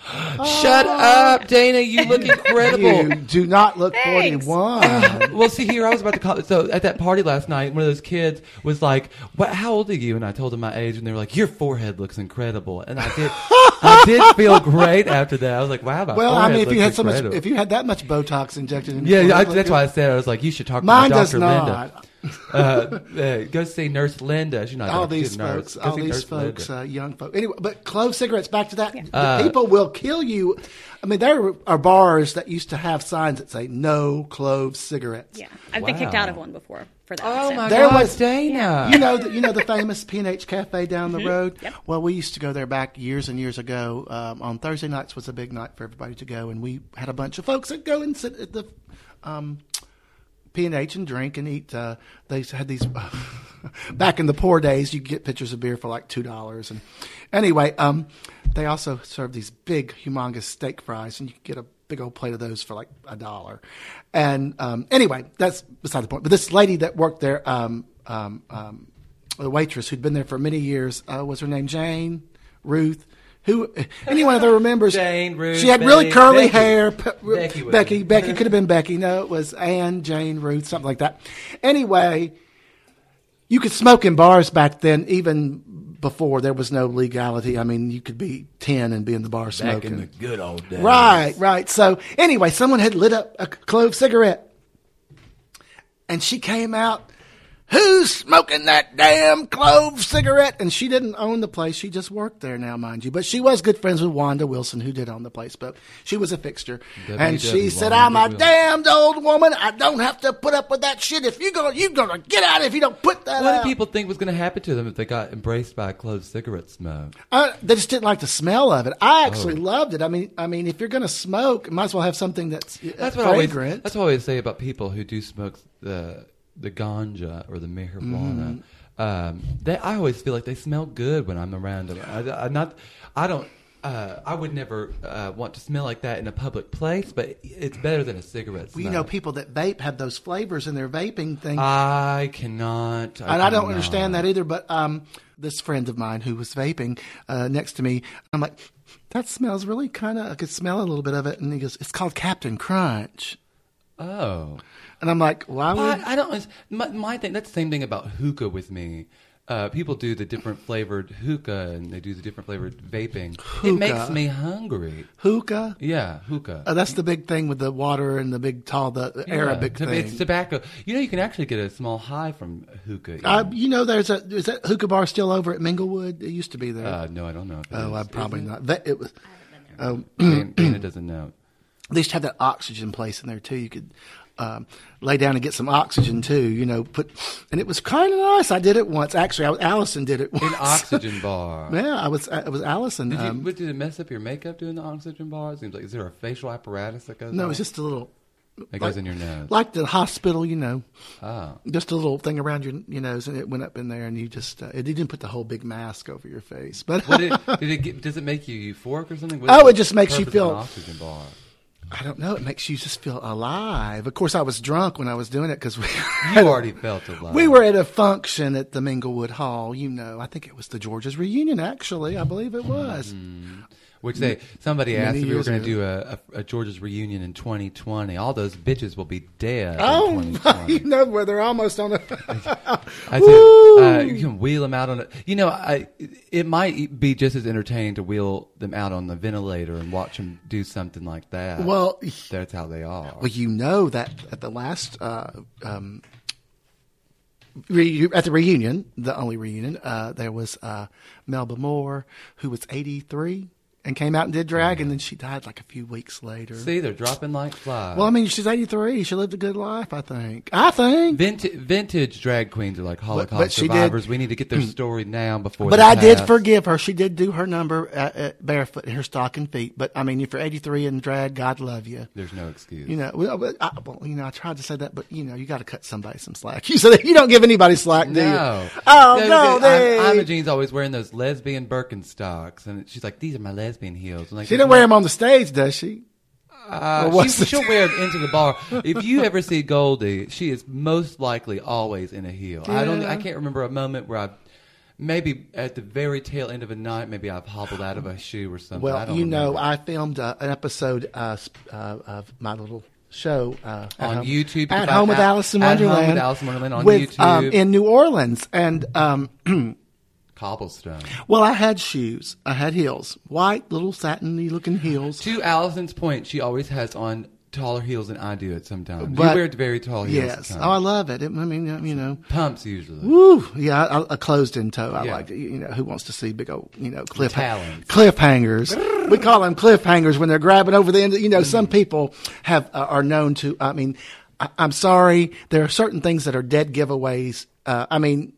S1: Shut up, Dana. You look incredible.
S2: *laughs* You do not look
S4: Thanks.
S2: 41.
S1: well, see here, I was about to call. So at that party last night, one of those kids was like, "What? How old are you?" And I told him my age, and they were like, "Your forehead looks incredible." And I did, I did feel great after that. I was like, "Wow, my
S2: well, I
S1: forehead
S2: mean, if you
S1: looks
S2: had so much,
S1: incredible.
S2: if you had that much Botox injected in,
S1: yeah,
S2: you,
S1: yeah, I, that's why I said I was like, "You should talk
S2: Mine
S1: to
S2: does
S1: Doctor Linda."
S2: not.
S1: Uh, uh, go see Nurse Linda. She's not a
S2: All
S1: doctor,
S2: these
S1: she's a nurse.
S2: folks,
S1: Go
S2: all
S1: see
S2: these
S1: Nurse
S2: folks,
S1: Linda.
S2: uh, young folks. Anyway, but clove cigarettes. Back to that, the
S1: Uh,
S2: people will kill you. I mean, there are bars that used to have signs that say "No clove cigarettes."
S4: Yeah, I've been kicked
S1: Wow.
S4: out of one before for that.
S1: oh
S4: so.
S1: my
S2: There
S1: God,
S2: was-
S1: Dana.
S2: You know, the, you know the famous PNH Cafe down the road. Well, we used to go there back years and years ago. Um, on Thursday nights was a big night for everybody to go, and we had a bunch of folks that go and sit at the um, P&H and drink and eat. Uh, they had these *laughs* back in the poor days. You could get pitchers of beer for like two dollars. And anyway, um, they also served these big, humongous steak fries, and you could get a big old plate of those for like a dollar. And um, anyway, that's beside the point. But this lady that worked there, um, um, um, the waitress who'd been there for many years, uh, was her name Jane Ruth. Who anyone that remembers?
S1: Jane, Ruth,
S2: she had really
S1: Betty,
S2: curly
S1: Becky.
S2: hair. p-
S1: Becky was
S2: Becky,
S1: it.
S2: Becky could have been Becky. No, it was Anne, Jane, Ruth, something like that. Anyway, you could smoke in bars back then, even before there was no legality. I mean, you could be ten and be in the bar
S1: Back
S2: smoking.
S1: in the good old days.
S2: right, right. So anyway, someone had lit up a clove cigarette, and she came out. Who's smoking that damn clove cigarette? And she didn't own the place. She just worked there now, mind you. But she was good friends with Wanda Wilson, who did own the place, but she was a fixture. and she
S1: WW
S2: said,
S1: Wanda
S2: I'm a
S1: Wilson."
S2: damned old woman. I don't have to put up with that shit. If you're gonna you're gonna get out if you don't put that
S1: What
S2: out."
S1: do people think was going to happen to them if they got embraced by a clove cigarette smoke?
S2: Uh, they just didn't like the smell of it. I
S1: Oh,
S2: actually loved it. I mean, I mean, if you're going to smoke, might as well have something that's, uh,
S1: That's what I always.
S2: fragrant.
S1: That's what I always say about people who do smoke the the ganja or the marijuana.
S2: Mm-hmm.
S1: Um, they, I always feel like they smell good when I'm around them. I, I not. I don't. Uh, I would never uh, want to smell like that in a public place, but it's better than a cigarette
S2: Well,
S1: smoke.
S2: you know, people that vape have those flavors in their vaping thing,
S1: Ah, I cannot. I
S2: and I don't
S1: cannot.
S2: understand that either. But um, this friend of mine who was vaping uh, next to me, I'm like, that smells really kind of. I could smell a little bit of it, and he goes, "It's called Captain Crunch,"
S1: Oh.
S2: and I'm like, why would?
S1: I, I don't. My, my thing. That's the same thing about hookah with me. Uh, people do the different flavored hookah and they do the different flavored vaping. It makes
S2: Hookah.
S1: me hungry.
S2: hookah?
S1: Yeah, hookah.
S2: Uh, that's the big thing with the water and the big tall the
S1: Yeah,
S2: Arabic
S1: tob-
S2: thing.
S1: It's tobacco. You know, you can actually get a small high from hookah.
S2: Uh, you know, there's a is that hookah bar still over at Minglewood? It used to be there.
S1: uh, no, I don't know. If it
S2: oh,
S1: is.
S2: *clears throat* I'm probably not. That, it was.
S1: Dana, Dana doesn't know.
S2: they should have that oxygen place in there too. You could um, lay down and get some oxygen too. You know, put and it was kind of nice. I did it once. Actually, I was, Allison did it once.
S1: An oxygen bar.
S2: *laughs* yeah, I was. I was Allison.
S1: Did, you,
S2: um,
S1: but did it mess up your makeup doing the oxygen bar? It seems like is there a facial apparatus that goes?
S2: no,
S1: on?
S2: it's just a little.
S1: Oh. it
S2: like-
S1: goes in your nose.
S2: Like the hospital, you know,
S1: oh,
S2: just a little thing around your, your nose, and it went up in there, and you just uh, it didn't put the whole big mask over your face, but *laughs*
S1: what did, did it get, does it make you euphoric or something? What
S2: Oh,
S1: is
S2: it
S1: the
S2: just makes you
S1: purpose of an
S2: feel-
S1: oxygen bar.
S2: I don't know. It makes you just feel alive. Of course, I was drunk when I was doing it because we
S1: You already felt alive.
S2: we were at a function at the Minglewood Hall. You know, I think it was the Georges reunion. Actually, I believe it was.
S1: Mm-hmm. Which they somebody asked
S2: Many
S1: if we were
S2: years
S1: going to
S2: ago.
S1: do a, a, a George's reunion in 2020. All those bitches will be dead.
S2: Oh,
S1: in
S2: *laughs* you
S1: 2020.
S2: know where they're almost on a.
S1: *laughs* I said, uh, you can wheel them out on. A, you know, I it might e, be just as entertaining to wheel them out on the ventilator and watch them do something like that.
S2: well,
S1: that's how they are.
S2: well, you know that at the last uh, um, re- at the reunion, the only reunion, uh, there was uh, Melba Moore who was eighty three and came out and did drag, and then she died like a few weeks later.
S1: See, they're dropping like flies.
S2: Well, I mean, she's 83. She lived a good life, I think. I think.
S1: vintage, vintage drag queens are like Holocaust
S2: but she did-
S1: survivors. we need to
S2: *clears throat*
S1: get their story now before.
S2: But
S1: they
S2: I did
S1: pass.
S2: forgive her. She did do her number at, at barefoot in her stocking feet. But I mean, if you're 83 and drag, God love you.
S1: There's no excuse.
S2: You know, well, but I, well, you know, I tried to say that, but you know, you got to cut somebody some slack. *laughs* You said you don't give anybody slack, do
S1: No.
S2: you? Oh no,
S1: no,
S2: they.
S1: I'm, Imogene's always wearing those lesbian Birkenstocks, and she's like, "These are my lesbian heels." And like,
S2: she didn't wear them on the stage, does she?
S1: Uh,
S2: Or what's
S1: she,
S2: the-
S1: she'll wear it into the bar. If you ever see Goldie, she is most likely always in a heel. I don't. I can't remember a moment where I. Maybe at the very tail end of a night, maybe I've hobbled out of a shoe or something. I
S2: Well,
S1: don't
S2: you know,
S1: remember.
S2: I filmed uh, an episode uh, sp- uh, of my little show uh, at
S1: On
S2: home-
S1: YouTube, you can
S2: at
S1: find
S2: home with
S1: Al-
S2: Alice in
S1: At Home with
S2: Wonderland.
S1: Alice in Wonderland on
S2: with, um,
S1: YouTube.
S2: in New Orleans, and um, *clears throat*
S1: cobblestone.
S2: well, I had shoes, I had heels, white little satiny looking heels.
S1: To Allison's point, she always has on taller heels than I do at sometimes.
S2: But-
S1: you wear very tall heels.
S2: Yes, oh,
S1: sometimes.
S2: I love it. it. I mean, uh, you know.
S1: Pumps usually.
S2: Woo! Yeah, I- I- a closed in toe. I
S1: Yeah.
S2: like. it. You know, who wants to see big old, you know, cliff
S1: Talons.
S2: cliffhangers? we call them cliffhangers when they're grabbing over the end. You know,
S1: Mm.
S2: some people have uh, are known to. I mean, I, I'm sorry. There are certain things that are dead giveaways. Uh, I mean,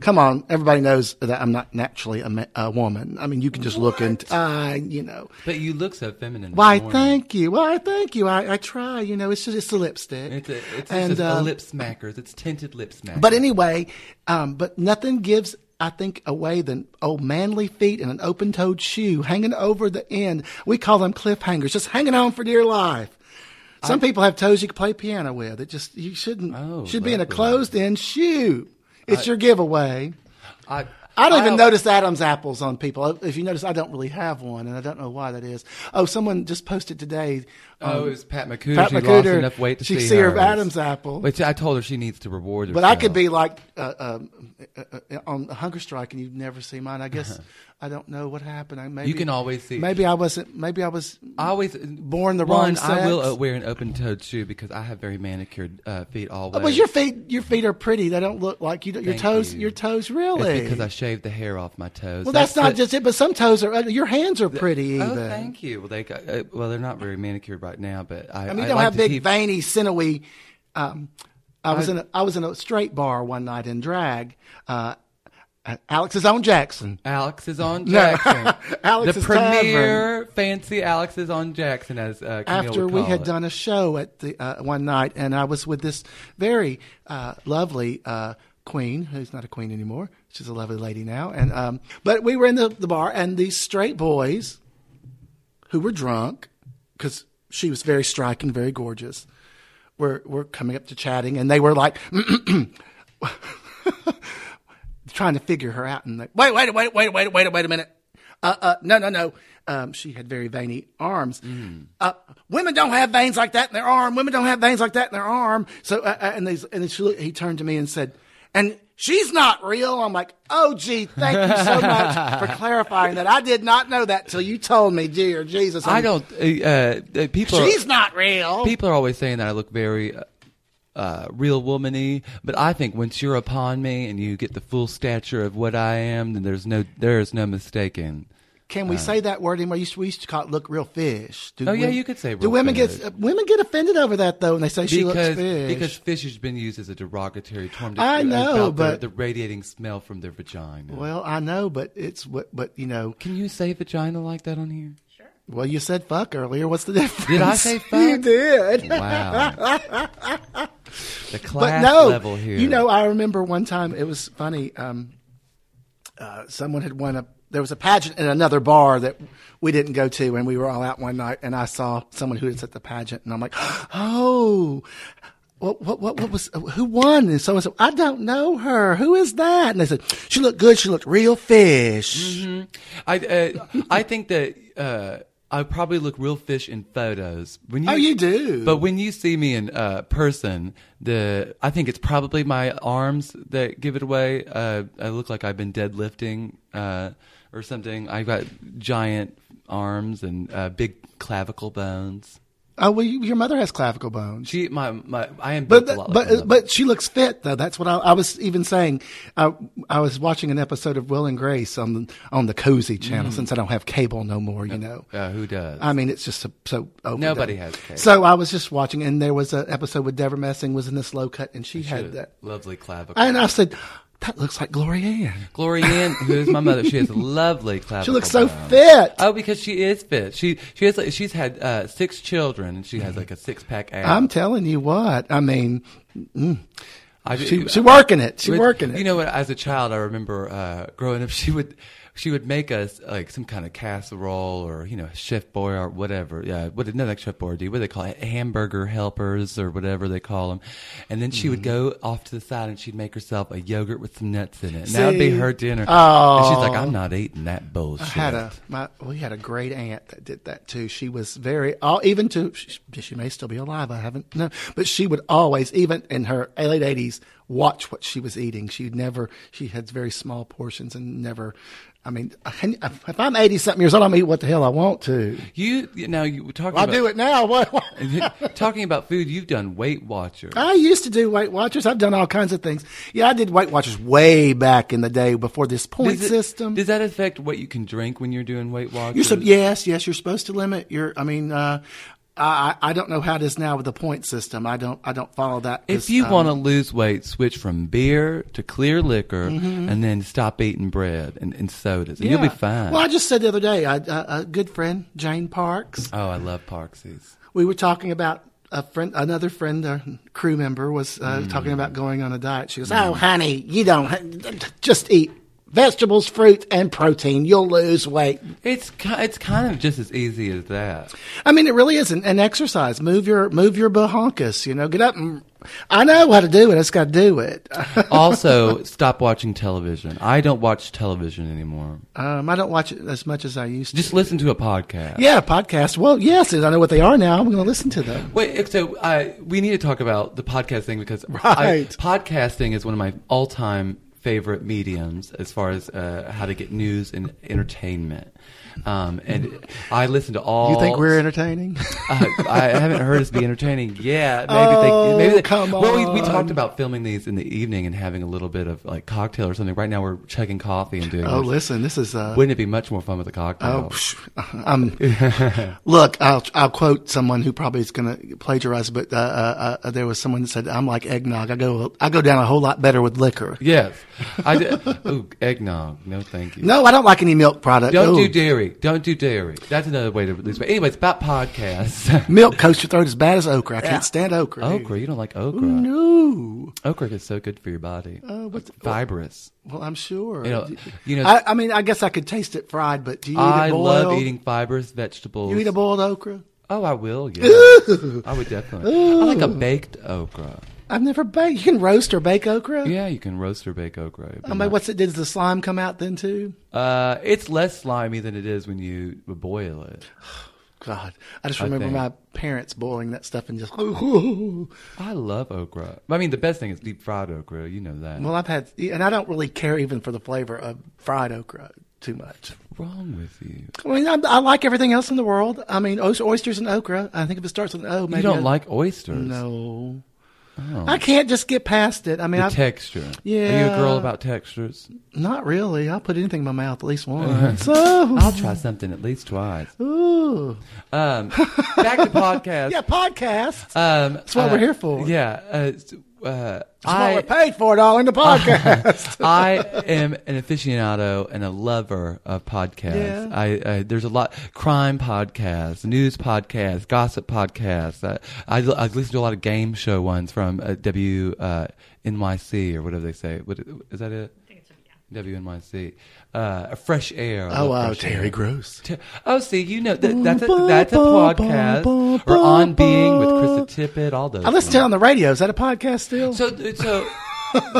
S2: come on, everybody knows that I'm not naturally a, ma- a woman. I mean, you can just look and uh, you know.
S1: But you look so feminine. this
S2: Why,
S1: morning.
S2: thank you. Why, thank you. I, I try. You know, it's just it's the lipstick.
S1: It's a, it's
S2: And,
S1: just a
S2: uh,
S1: lip smackers. It's tinted lip smackers.
S2: But anyway, um, but nothing gives, I think, away than old manly feet and an open toed shoe hanging over the end. We call them cliffhangers, just hanging on for dear life. Some people have toes you can play piano with. It just, you shouldn't,
S1: Oh,
S2: should be in a
S1: lovely.
S2: closed in shoe. It's your giveaway.
S1: I,
S2: I don't even notice Adam's apples on people. If you notice, I don't really have one, and I don't know why that is. Oh, someone just posted today.
S1: Oh,
S2: um,
S1: it was Pat McCoo.
S2: Pat
S1: she lost
S2: McCooter.
S1: enough weight to
S2: She
S1: see,
S2: could see her
S1: hers.
S2: Adam's apple.
S1: Which I told her she needs to reward herself.
S2: But I could be like uh, um, uh, uh, on a hunger strike, and you'd never see mine. I guess I don't know what happened. I, maybe
S1: Uh-huh. You can always see.
S2: Maybe I wasn't. Maybe I was.
S1: I always
S2: born the
S1: one,
S2: wrong
S1: I will
S2: sex.
S1: uh, wear an open-toed shoe because I have very manicured uh, feet always.
S2: Oh, But your feet, your feet are pretty. They don't look like you. Don't, your
S1: Thank
S2: toes,
S1: you.
S2: your toes,
S1: It's
S2: really.
S1: because I shaved the hair off my toes.
S2: well, that's, not
S1: what-
S2: just it. But some toes are. ugly. Your hands are pretty.
S1: Oh,
S2: even.
S1: thank you. Well, they got, uh, well, they're not very manicured right now, but I,
S2: I mean, you
S1: I
S2: don't
S1: like
S2: have
S1: to
S2: big
S1: keep-
S2: veiny, sinewy. Um, I was in a, I was in a straight bar one night in drag. Uh, Alex's own Jackson.
S1: Alex is
S2: *laughs*
S1: on Jackson.
S2: Alex's
S1: the premier fancy Alex is on Jackson as uh, Camille
S2: after
S1: would
S2: we
S1: call
S2: had
S1: it.
S2: done a show at the uh, one night, and I was with this very uh, lovely uh, queen who's not a queen anymore. She's a lovely lady now, and um, but we were in the, the bar, and these straight boys who were drunk because she was very striking, very gorgeous, were were coming up to chatting, and they were like. trying to figure her out and like, wait, wait, wait, wait, wait, wait, wait a minute. Uh, uh, no, no, no. Um, she had very veiny arms.
S1: Mm.
S2: Uh, women don't have veins like that in their arm. Women don't have veins like that in their arm. So, uh, uh, and they, and then she looked, he turned to me and said, and she's not real. I'm like, oh, gee, thank you
S1: *laughs*
S2: so much for clarifying that. I did not know that till you told me, dear Jesus. I'm-
S1: I don't. Uh, uh, people.
S2: She's not real.
S1: People are always saying that I look very uh, uh, real womany, but I think once you're upon me and you get the full stature of what I am, then there's no there is no mistaking.
S2: Can we say that word anymore? You used- We used to call it "look real fish." Do
S1: Uh. Oh, yeah,
S2: wom-
S1: you could say
S2: Do
S1: real
S2: women
S1: fish.
S2: get uh, women get offended over that though, and they say she looks
S1: because
S2: fish?
S1: because fish has been used as a derogatory term. To,
S2: I know,
S1: about their-
S2: but-
S1: the radiating smell from their vagina.
S2: well, I know, but it's what, but you know,
S1: Can you say vagina like that on
S2: *laughs*
S1: here?
S2: well, you said fuck earlier. What's the difference?
S1: Did I say fuck?
S2: *laughs* You did.
S1: Wow. the
S2: but
S1: class
S2: no,
S1: level here.
S2: you know, I remember one time it was funny. Um, uh, someone had won a. There was a pageant in another bar that we didn't go to, and we were all out one night, and I saw someone who was at the pageant, and I'm like, *gasps* oh. What, what what what was who won and so and so I don't know her who is that and they said she looked good she looked real fish
S1: Mm-hmm. I uh, I think that uh, I probably look real fish in photos. When you,
S2: Oh, you do.
S1: But when you see me in uh, person, the I think it's probably my arms that give it away. Uh, I look like I've been deadlifting uh, or something. I've got giant arms and uh, big clavicle bones.
S2: oh well you, your mother has clavicle bones
S1: She my my I am
S2: But
S1: built a lot. like
S2: but
S1: my mother.
S2: but she looks fit though. That's what I, I was even saying. I, I was watching an episode of Will and Grace on the on the Cozy
S1: Mm.
S2: Channel since I don't have cable no more. You know.
S1: Uh, who does?
S2: I mean, it's just so, so overdone.
S1: Nobody has cable.
S2: So I was just watching, and there was an episode with Deborah Messing was in the slow cut, and she had that,
S1: lovely clavicle.
S2: and I said, "That looks like Gloria Ann.
S1: Gloria Ann, who's my mother, she has lovely clavicle.
S2: *laughs* She looks so
S1: bones.
S2: fit."
S1: Oh, because she is fit. She she has like, she's had uh, six children and she has like a six pack ass.
S2: Mm-hmm. I'm telling you what. I mean,
S1: I-
S2: she she working it. She
S1: with-
S2: working it.
S1: You know what? As a child, I remember uh, growing up. *laughs* She would she would make us like some kind of casserole or you know chef boy or whatever. Yeah, what no like chef boy do what do they call it hamburger helpers or whatever they call them. And then she would
S2: Mm-hmm.
S1: go off to the side and she'd make herself a yogurt with some nuts in it. And that would be
S2: See?
S1: her dinner.
S2: Oh.
S1: And she's like, I'm not eating that bullshit.
S2: had a my we had a great aunt that did that too. She was very all even to she, she may still be alive. I haven't no, but she would always even in her late eighties watch what she was eating. She never she had very small portions and never. I mean, I- if I'm eighty something years old, I'm gonna eat what the hell I want to.
S1: you now you were talking.
S2: I
S1: about,
S2: do it now. *laughs* What,
S1: *laughs*
S2: what-
S1: talking about food, you've done Weight Watcher.
S2: I used to do Weight Watchers. I've done all kinds of things. Yeah, I did Weight Watchers way back in the day before this point
S1: Does it-
S2: system.
S1: Does that affect what you can drink when you're doing Weight Watchers?
S2: You're sub- yes, yes. You're supposed to limit your. I mean, uh, I I I don't know how it is now with the point system. I don't I don't follow that. um,
S1: If you want to lose weight, switch from beer to clear liquor,
S2: Mm-hmm.
S1: and then stop eating bread and, and sodas, and you'll be fine.
S2: Well, I just said the other day, I, uh, a good friend Jane Parks.
S1: oh, I love Parksies.
S2: We were talking about a friend, another friend, a crew member was uh,
S1: Mm.
S2: talking about going on a diet. She goes, "Oh, honey, you don't ha- just eat." Vegetables, fruit, and protein. You'll lose weight.
S1: It's ki- it's kind of just as easy as that.
S2: I mean, it really is an, an exercise. Move your move your bahonkus. You know, get up. And, I know how to do it. I just got to do it. *laughs*
S1: Also, stop watching television. I don't watch television anymore.
S2: Um, I don't watch it as much as I used to.
S1: Just listen to a podcast.
S2: yeah, podcast. Well, yes, and I know what they are now. I'm going to listen to them.
S1: Wait, so uh, we need to talk about the podcast thing because I,
S2: Right.
S1: podcasting is one of my all-time favorite mediums as far as uh, how to get news and entertainment. Um, and I listen to all.
S2: You think we're entertaining?
S1: *laughs* I, I haven't heard us be entertaining yet. Maybe
S2: Oh,
S1: they, maybe they,
S2: come
S1: Well, we, we
S2: on.
S1: talked about filming these in the evening and having a little bit of like cocktail or something. Right now, we're chugging coffee and doing.
S2: *laughs* oh,
S1: this.
S2: listen, this is. Uh,
S1: Wouldn't it be much more fun with a cocktail?
S2: oh, *laughs*
S1: *laughs*
S2: psh, um, look, I'll I'll quote someone who probably is going to plagiarize, but uh, uh, uh, there was someone that said, "I'm like eggnog. I go I go down a whole lot better with liquor."
S1: Yes, I did. Ooh, eggnog. No, thank you.
S2: No, I don't like any milk product.
S1: Don't
S2: Ooh.
S1: do dairy. Don't do dairy. That's another way to lose weight. Anyway, it's about
S2: *laughs*
S1: podcasts.
S2: milk coats your throat as bad as okra. I can't stand okra.
S1: *laughs*
S2: dude.
S1: okra. You don't like okra.
S2: Oh, No. Uh,
S1: Okra is so good for your body. Oh,
S2: what's-
S1: fibrous?
S2: Well, I'm sure.
S1: You know- you know-
S2: I, I mean, I guess I could taste it fried, but do you eat
S1: I
S2: it boiled?
S1: love eating fibrous vegetables.
S2: You eat a boiled okra?
S1: oh, I will.
S2: *laughs*
S1: Yeah, I would definitely. I like a baked okra.
S2: I've never baked. You can roast or bake okra.
S1: Yeah, you can roast or bake okra.
S2: I mean, what's it? Did the slime come out then too?
S1: uh, it's less slimy than it is when you boil it.
S2: God, I just
S1: I
S2: remember
S1: think-
S2: my parents boiling that stuff and just.
S1: I love okra. I mean, the best thing is deep fried okra. You know that.
S2: Well, I've had, and I don't really care even for the flavor of fried okra too much.
S1: What's wrong with you?
S2: I mean, I, I like everything else in the world. I mean, oys- oysters and okra. I think if it starts with an O, maybe
S1: you don't
S2: I-
S1: like oysters.
S2: No. I can't just get past it. I mean,
S1: The
S2: I,
S1: texture. Are you a
S2: Yeah.
S1: girl about textures?
S2: not really. I'll put anything in my mouth
S1: *laughs*
S2: at least once. so,
S1: I'll try something at least twice.
S2: ooh.
S1: Um, back
S2: *laughs*
S1: to podcast.
S2: yeah, podcasts.
S1: Um,
S2: That's what we're here for.
S1: Yeah. Uh, s- uh,
S2: That's
S1: I,
S2: what we're paid for, darling. The *laughs* podcast.
S1: I am an aficionado and a lover of podcasts.
S2: Yeah.
S1: I, I there's a lot crime podcasts, news podcasts, gossip podcasts. I, I, I listen to a lot of game show ones from uh, W uh, NYC or whatever they say. What, is that it? I think it's yeah. WNYC, uh, fresh air. I love
S2: oh, wow,
S1: Fresh Air.
S2: Terry Gross.
S1: T- Oh, see, you know that, that's a, that's a podcast or on being with Krista Tippett. All those.
S2: I listen to it on the radio. Is that a podcast still?
S1: So, so,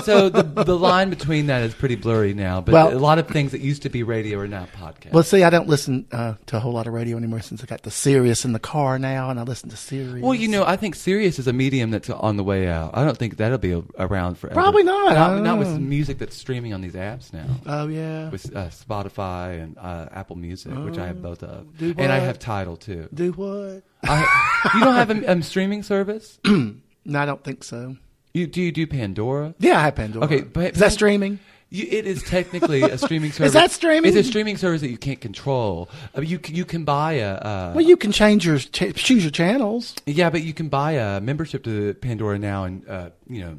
S1: so the the line between that is pretty blurry now. But
S2: Well-
S1: a lot of things that used to be radio are now podcasts.
S2: well, see, I don't listen uh, to a whole lot of radio anymore since I got the Sirius in the car now, and I listen to Sirius.
S1: Well, you know, I think Sirius is a medium that's on the way out. I don't think that'll be a, around forever.
S2: Probably not. I
S1: Not,
S2: don't
S1: not with
S2: know.
S1: music that's streaming on these apps now.
S2: Oh yeah.
S1: with uh, Spotify and uh, Apple Music, which I have
S2: Oh,
S1: both of, and I
S2: what?
S1: have Tidal too.
S2: Do what?
S1: I, you don't have a, a streaming service?
S2: No, I don't think so.
S1: You do you do Pandora?
S2: Yeah, I have Pandora.
S1: Okay, but-
S2: is that streaming?
S1: You, it is technically a
S2: *laughs*
S1: streaming service.
S2: that streaming?
S1: It's a streaming service that you can't control. Uh, you c- you can buy a uh,
S2: Well, you can change your ch- choose your channels.
S1: yeah, but you can buy a membership to Pandora now and uh, you know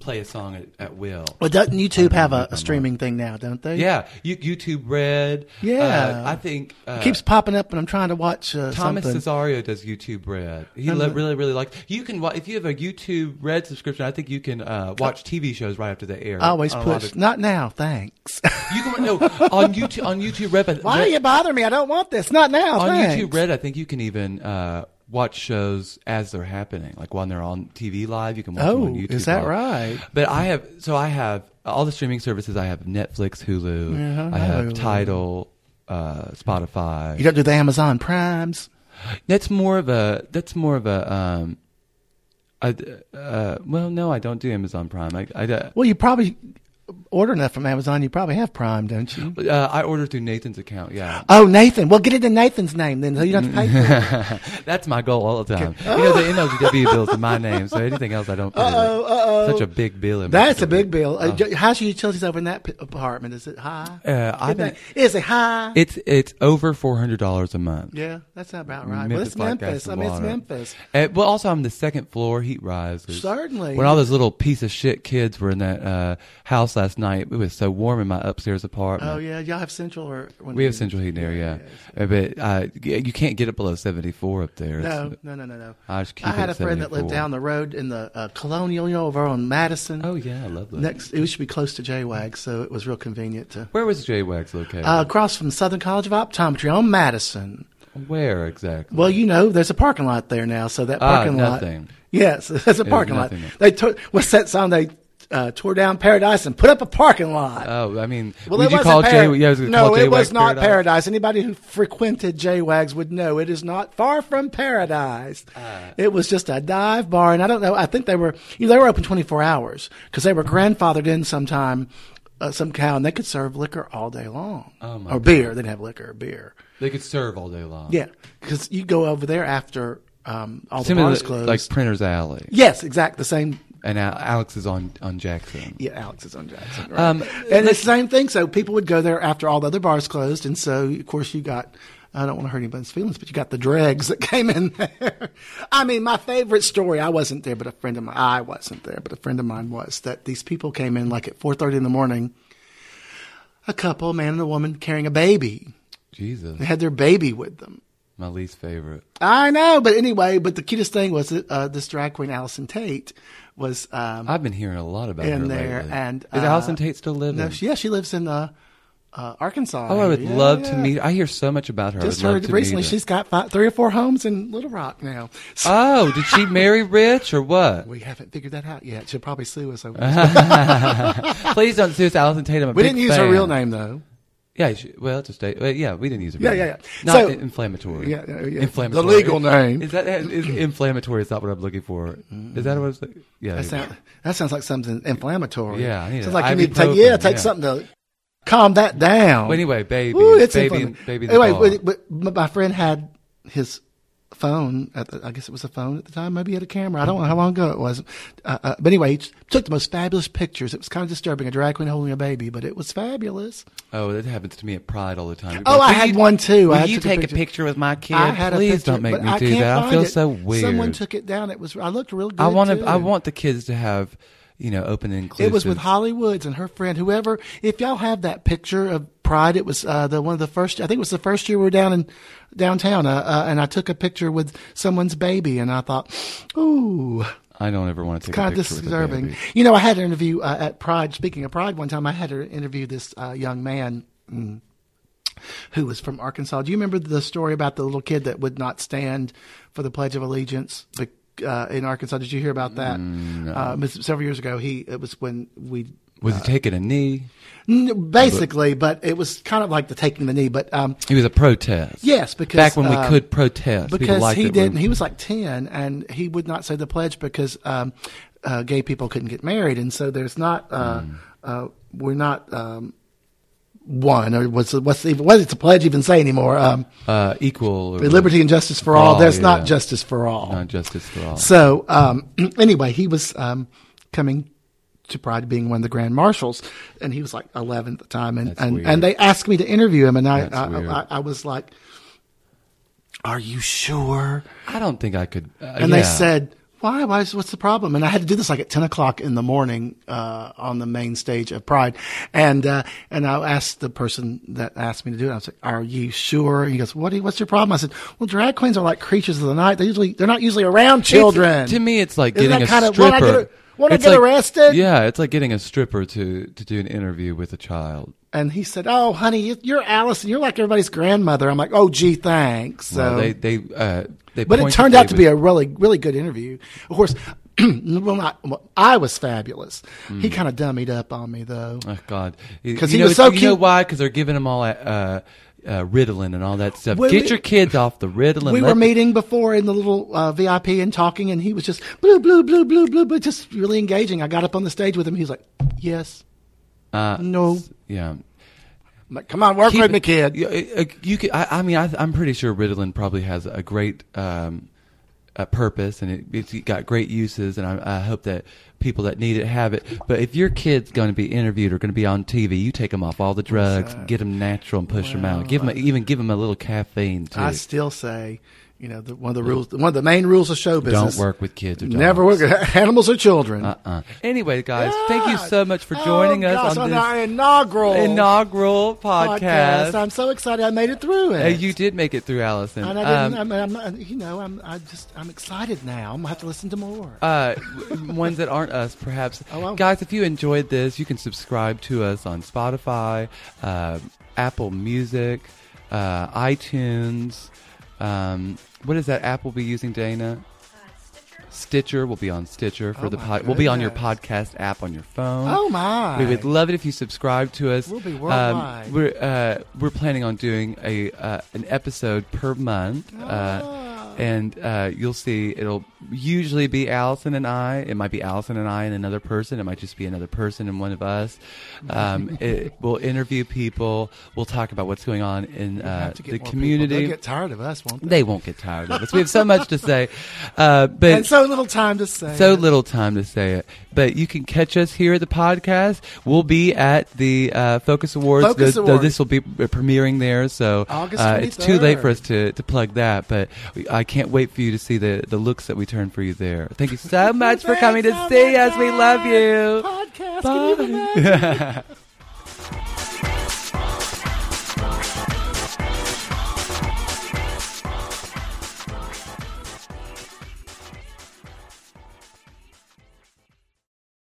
S1: play a song at, at will.
S2: Well, doesn't YouTube have a, a streaming thing now? Don't they?
S1: Yeah, you, YouTube Red.
S2: Yeah.
S1: uh, I think uh,
S2: It keeps popping up, and I'm trying to watch uh,
S1: Thomas
S2: something.
S1: Cesario does YouTube Red. He le- really really likes. You can wa- if you have a YouTube Red subscription. I think you can uh, watch TV shows right after they air.
S2: I always
S1: on a lot
S2: push.
S1: of-
S2: Not now, thanks.
S1: you can no on YouTube on YouTube Red. but-
S2: Why are you bothering me? I don't want this. Not now,
S1: on
S2: thanks.
S1: YouTube Red, I think you can even uh, watch shows as they're happening. Like when they're on TV live, you can watch them
S2: Oh,
S1: on YouTube.
S2: is that
S1: live.
S2: right?
S1: But I have, so I have all the streaming services. I have Netflix, Hulu,
S2: Yeah,
S1: I have
S2: Hulu.
S1: Tidal, uh, Spotify.
S2: You don't do the Amazon Primes.
S1: that's more of a. That's more of a. Um, I, uh, well, no, I don't do Amazon Prime. I, I, uh,
S2: Well, you probably order enough from Amazon. You probably have Prime, don't you?
S1: uh, I order through Nathan's account. Yeah, *laughs*
S2: Oh, Nathan. Well, get it in Nathan's name then, so you don't have to pay. for it.
S1: That's my goal all the time. You know, the NLGW bill's in my name, so anything else I don't pay.
S2: Oh. Uh-oh, uh-oh.
S1: Such a big bill. in my
S2: That's a
S1: career.
S2: big bill. Uh, ju- how's your utilities over in that p- apartment? Is it high?
S1: Uh, I've been-
S2: Is that- is it high?
S1: It's it's over four hundred dollars a month.
S2: yeah, that's about right.
S1: Memphis
S2: well,
S1: like
S2: it's Memphis.
S1: gas
S2: I
S1: and
S2: mean, it's
S1: water.
S2: Memphis.
S1: Uh, well, also I'm the second floor heat rises.
S2: Certainly.
S1: When all those little piece of shit kids were in that uh, house last night, it was so warm in my upstairs apartment.
S2: Oh yeah, y'all have central or when
S1: We have central heating there, yeah. Uh, But uh, y- you can't get it below seventy four up there.
S2: No,
S1: It's-
S2: no, no, no, no.
S1: I just keep
S2: had
S1: it
S2: a friend that lived
S1: 74.
S2: down the road in the uh, Colonial, you know, over on Madison.
S1: Oh yeah, I love that.
S2: Next, it used to be close to JWAG, so it was real convenient to.
S1: Where was JWAG's located?
S2: Uh, across from Southern College of Optometry on Madison.
S1: Where exactly?
S2: Well, you know, there's a parking lot there now, so that
S1: Ah,
S2: parking
S1: nothing.
S2: lot. Yes, *laughs* there's a parking lot.
S1: nothing there.
S2: They tore, what's that song? They uh, tore down Paradise and put up a parking lot.
S1: oh, I mean,
S2: well,
S1: would
S2: it
S1: you
S2: wasn't
S1: call
S2: Par-
S1: J? Yeah, I was gonna
S2: no,
S1: call
S2: it
S1: JWAG
S2: was not
S1: paradise.
S2: paradise. Anybody who frequented JWAGs would know it is not far from paradise.
S1: Uh.
S2: it was just a dive bar, and I don't know. I think they were you know, they were open twenty four hours because they were grandfathered in sometime, uh, somehow, and they could serve liquor all day long
S1: Oh, my Oh.
S2: or beer. They didn't have liquor, beer.
S1: They could serve all day long.
S2: Yeah, because you go over there after um, all the
S1: Similar
S2: bars
S1: to,
S2: closed.
S1: like Printer's Alley.
S2: yes, exact the same.
S1: and Al- Alex is on on Jackson.
S2: Yeah, Alex is on Jackson. Right?
S1: Um,
S2: and it's the same thing. So people would go there after all the other bars closed, and so of course you got. I don't want to hurt anybody's feelings, but you got the dregs that *laughs* came in there. I mean, my favorite story. I wasn't there, but a friend of mine. I wasn't there, but a friend of mine was. That these people came in like at four thirty in the morning. A couple, a man and a woman, carrying a baby.
S1: Jesus,
S2: They had their baby with them.
S1: my least favorite.
S2: I know, but anyway, but the cutest thing was that, uh, this drag queen Allison Tate was um,
S1: I've been hearing a lot about her
S2: in there,
S1: lately.
S2: and
S1: is
S2: uh,
S1: Allison Tate still living?
S2: No, she, yeah, she lives in uh, uh, Arkansas.
S1: oh, I would
S2: Yeah,
S1: love to
S2: yeah.
S1: meet. I hear so much about her. I
S2: Just
S1: would love
S2: heard
S1: to
S2: recently
S1: meet her.
S2: she's got five, three or four homes in Little Rock now. So
S1: Oh, did she marry rich or what?
S2: *laughs* we haven't figured that out yet. She'll probably sue us.
S1: *laughs*
S2: Over this.
S1: Please don't sue us, Allison Tate. I'm a
S2: we
S1: big
S2: didn't use her
S1: fan.
S2: real name though.
S1: Yeah, she, well, to stay. Well, yeah, we didn't use her.
S2: Yeah,
S1: real
S2: yeah,
S1: name.
S2: yeah.
S1: Not
S2: So-
S1: i- inflammatory.
S2: Yeah, yeah, yeah.
S1: Inflammatory.
S2: The legal name.
S1: Is that is inflammatory? Is not what I'm looking for. Is that what I was? Yeah.
S2: That, sound, that sounds like something inflammatory.
S1: Yeah, I need
S2: sounds
S1: a
S2: like you need to take
S1: ibuprofen,
S2: yeah, take
S1: yeah.
S2: something to calm that down.
S1: Well, anyway, baby,
S2: Ooh, it's
S1: baby,
S2: inflammatory.
S1: baby. in the
S2: Anyway,
S1: ball.
S2: but, but my friend had his phone. At the, I guess it was a phone at the time. Maybe he had a camera. I don't know how long ago it was. Uh, uh, but anyway, he took the most fabulous pictures. It was kind of disturbing—a drag queen holding a baby, but it was fabulous.
S1: Oh, that happens to me at Pride all the time.
S2: Oh, I had one too. I
S1: Will
S2: had
S1: you
S2: took
S1: take a picture. with my kid?
S2: I had
S1: Please
S2: a picture,
S1: don't make
S2: but
S1: me
S2: I
S1: do
S2: can't
S1: that. I
S2: find
S1: feel
S2: it.
S1: so weird.
S2: Someone took it down. It was. I looked real good.
S1: I want
S2: too.
S1: to. I want the kids to have, you know, open and inclusive.
S2: It was with Holly Woods and her friend, whoever. If y'all have that picture of Pride, it was uh, the one of the first. I think it was the first year we were down in downtown, uh, uh, and I took a picture with someone's baby, and I thought, ooh,
S1: I don't ever want to take a
S2: kind of
S1: picture with a
S2: disturbing.
S1: baby.
S2: You know, I had an interview uh, at Pride. Speaking of Pride, one time I had to interview this uh, young man. mm, Who was from Arkansas? Do you remember the story about the little kid that would not stand for the Pledge of Allegiance bec- uh, in Arkansas? Did you hear about that?
S1: Mm,
S2: Uh, it was several years ago, he it was when we
S1: Was he taking a knee?
S2: N- basically, but it was kind of like the taking the knee. But um,
S1: He was a protest.
S2: yes, because
S1: Back when we
S2: um,
S1: could protest, People
S2: because
S1: liked
S2: he
S1: it when-
S2: didn't. He was like ten, and he would not say the pledge because um, uh, gay people couldn't get married, and so there's not. Uh,
S1: Hmm.
S2: uh, we're not um, one, or what's what's even what does the pledge even say anymore? Um,
S1: uh, equal or
S2: liberty and justice for all.
S1: all,
S2: There's
S1: yeah.
S2: not justice for all.
S1: not justice for all.
S2: So um, *clears throat* anyway, he was um, coming to Pride, being one of the grand marshals, and he was like 11 at the time, and
S1: That's
S2: and,
S1: weird.
S2: and they asked me to interview him, and I
S1: That's
S2: I,
S1: weird.
S2: I, I was like, "Are you sure?"
S1: I don't think I could. Uh,
S2: And
S1: yeah.
S2: they said. Why? Why? Is, what's the problem? And I had to do this like at ten o'clock in the morning uh, on the main stage of Pride, and uh, and I asked the person that asked me to do it. I was like, "Are you sure?" And he goes, "What? Do you, what's your problem?" I said, "Well, drag queens are like creatures of the night. They usually they're not usually around children."
S1: It's- to me, it's like
S2: Isn't
S1: getting
S2: that kinda-
S1: a stripper.
S2: wanna get a- wanna
S1: It's
S2: get
S1: like-
S2: arrested?
S1: Yeah, it's like getting a stripper to to do an interview with a child.
S2: And he said, "Oh, honey, you- you're Allison. You're like everybody's grandmother." I'm like, "Oh, gee, thanks." So,
S1: Well, they they uh, they.
S2: but it
S1: pointed
S2: turned out
S1: they
S2: to be
S1: was-
S2: a really, really good interview. Of course, *clears throat* well, not well, I was fabulous.
S1: Hmm.
S2: He kind of dummied up on me though.
S1: Oh God,
S2: 'Cause
S1: You
S2: he
S1: know,
S2: was so
S1: You know
S2: cute.
S1: why? Because they're giving them all uh, uh, Ritalin and all that stuff.
S2: Well,
S1: Get
S2: we-
S1: your kids off the Ritalin. Let
S2: we were
S1: the-
S2: meeting before in the little uh, VIP and talking, and he was just blue, blue, blue, blue, blue, blue, just really engaging. I got up on the stage with him. He was like, "Yes,
S1: Uh,
S2: no."
S1: yeah.
S2: I'm like, "Come on, work
S1: Keep
S2: with me,
S1: it-
S2: kid."
S1: You, uh, you could, I, I mean, I, I'm pretty sure Ritalin probably has a great um, a purpose and it, it's got great uses, and I, I hope that people that need it have it. But if your kid's going to be interviewed or going to be on TV, you take them off all the drugs, get them natural, and push them out. Give them even give them a little caffeine too.
S2: I still say, you know, the, one of the rules, one of the main rules of show business:
S1: work with kids or
S2: Never work
S1: dogs.
S2: with *laughs* animals or children.
S1: uh-uh. Anyway, guys, thank you so much for joining
S2: Oh,
S1: us
S2: gosh,
S1: on, this
S2: our inaugural
S1: inaugural podcast.
S2: podcast. I'm so excited I made it through it.
S1: Uh, you did make it through, Allison.
S2: and I
S1: Um,
S2: didn't. I'm, I'm, you know, I'm. I just. I'm excited now. I'm gonna have to listen to more.
S1: uh, w- ones that aren't us, perhaps.
S2: Oh, wow.
S1: Guys, if you enjoyed this, you can subscribe to us on Spotify, uh, Apple Music, uh, iTunes. Um, what is that Apple be using, Dana? Stitcher will be on Stitcher for
S2: Oh,
S1: the
S2: my
S1: pod. We'll be on your
S2: goodness.
S1: podcast app on your phone.
S2: Oh, my.
S1: We would love it if you subscribe to us. Um,
S2: We'll be worldwide.
S1: we're uh, we're planning on doing a uh, an episode per month.
S2: Ah.
S1: Uh, and uh, you'll see it'll usually be Allison and I. It might be Allison and I and another person. It might just be another person and one of us.
S2: *laughs*
S1: Um, it, we'll interview people. We'll talk about what's going on in
S2: We'll
S1: uh,
S2: have to get
S1: the
S2: more people.
S1: community.
S2: They'll get tired of us, won't they?
S1: They won't get tired of us. We have so much to say, uh, but
S2: *laughs* and so little time to say.
S1: so
S2: it.
S1: little time to say it, but you can catch us here at the podcast. We'll be at the uh, Focus Awards.
S2: Focus
S1: though- though
S2: Awards.
S1: this will be premiering there, so
S2: August
S1: uh, it's too late
S2: 23rd.
S1: for us to, to plug that. But we- I can't wait for you to see the, the looks that we turn for you there. Thank you
S2: *laughs*
S1: so much for coming to
S2: Thanks so
S1: see
S2: much,
S1: us. We love
S2: guys.
S1: you.
S2: Podcast. Can you
S1: Bye.
S2: imagine?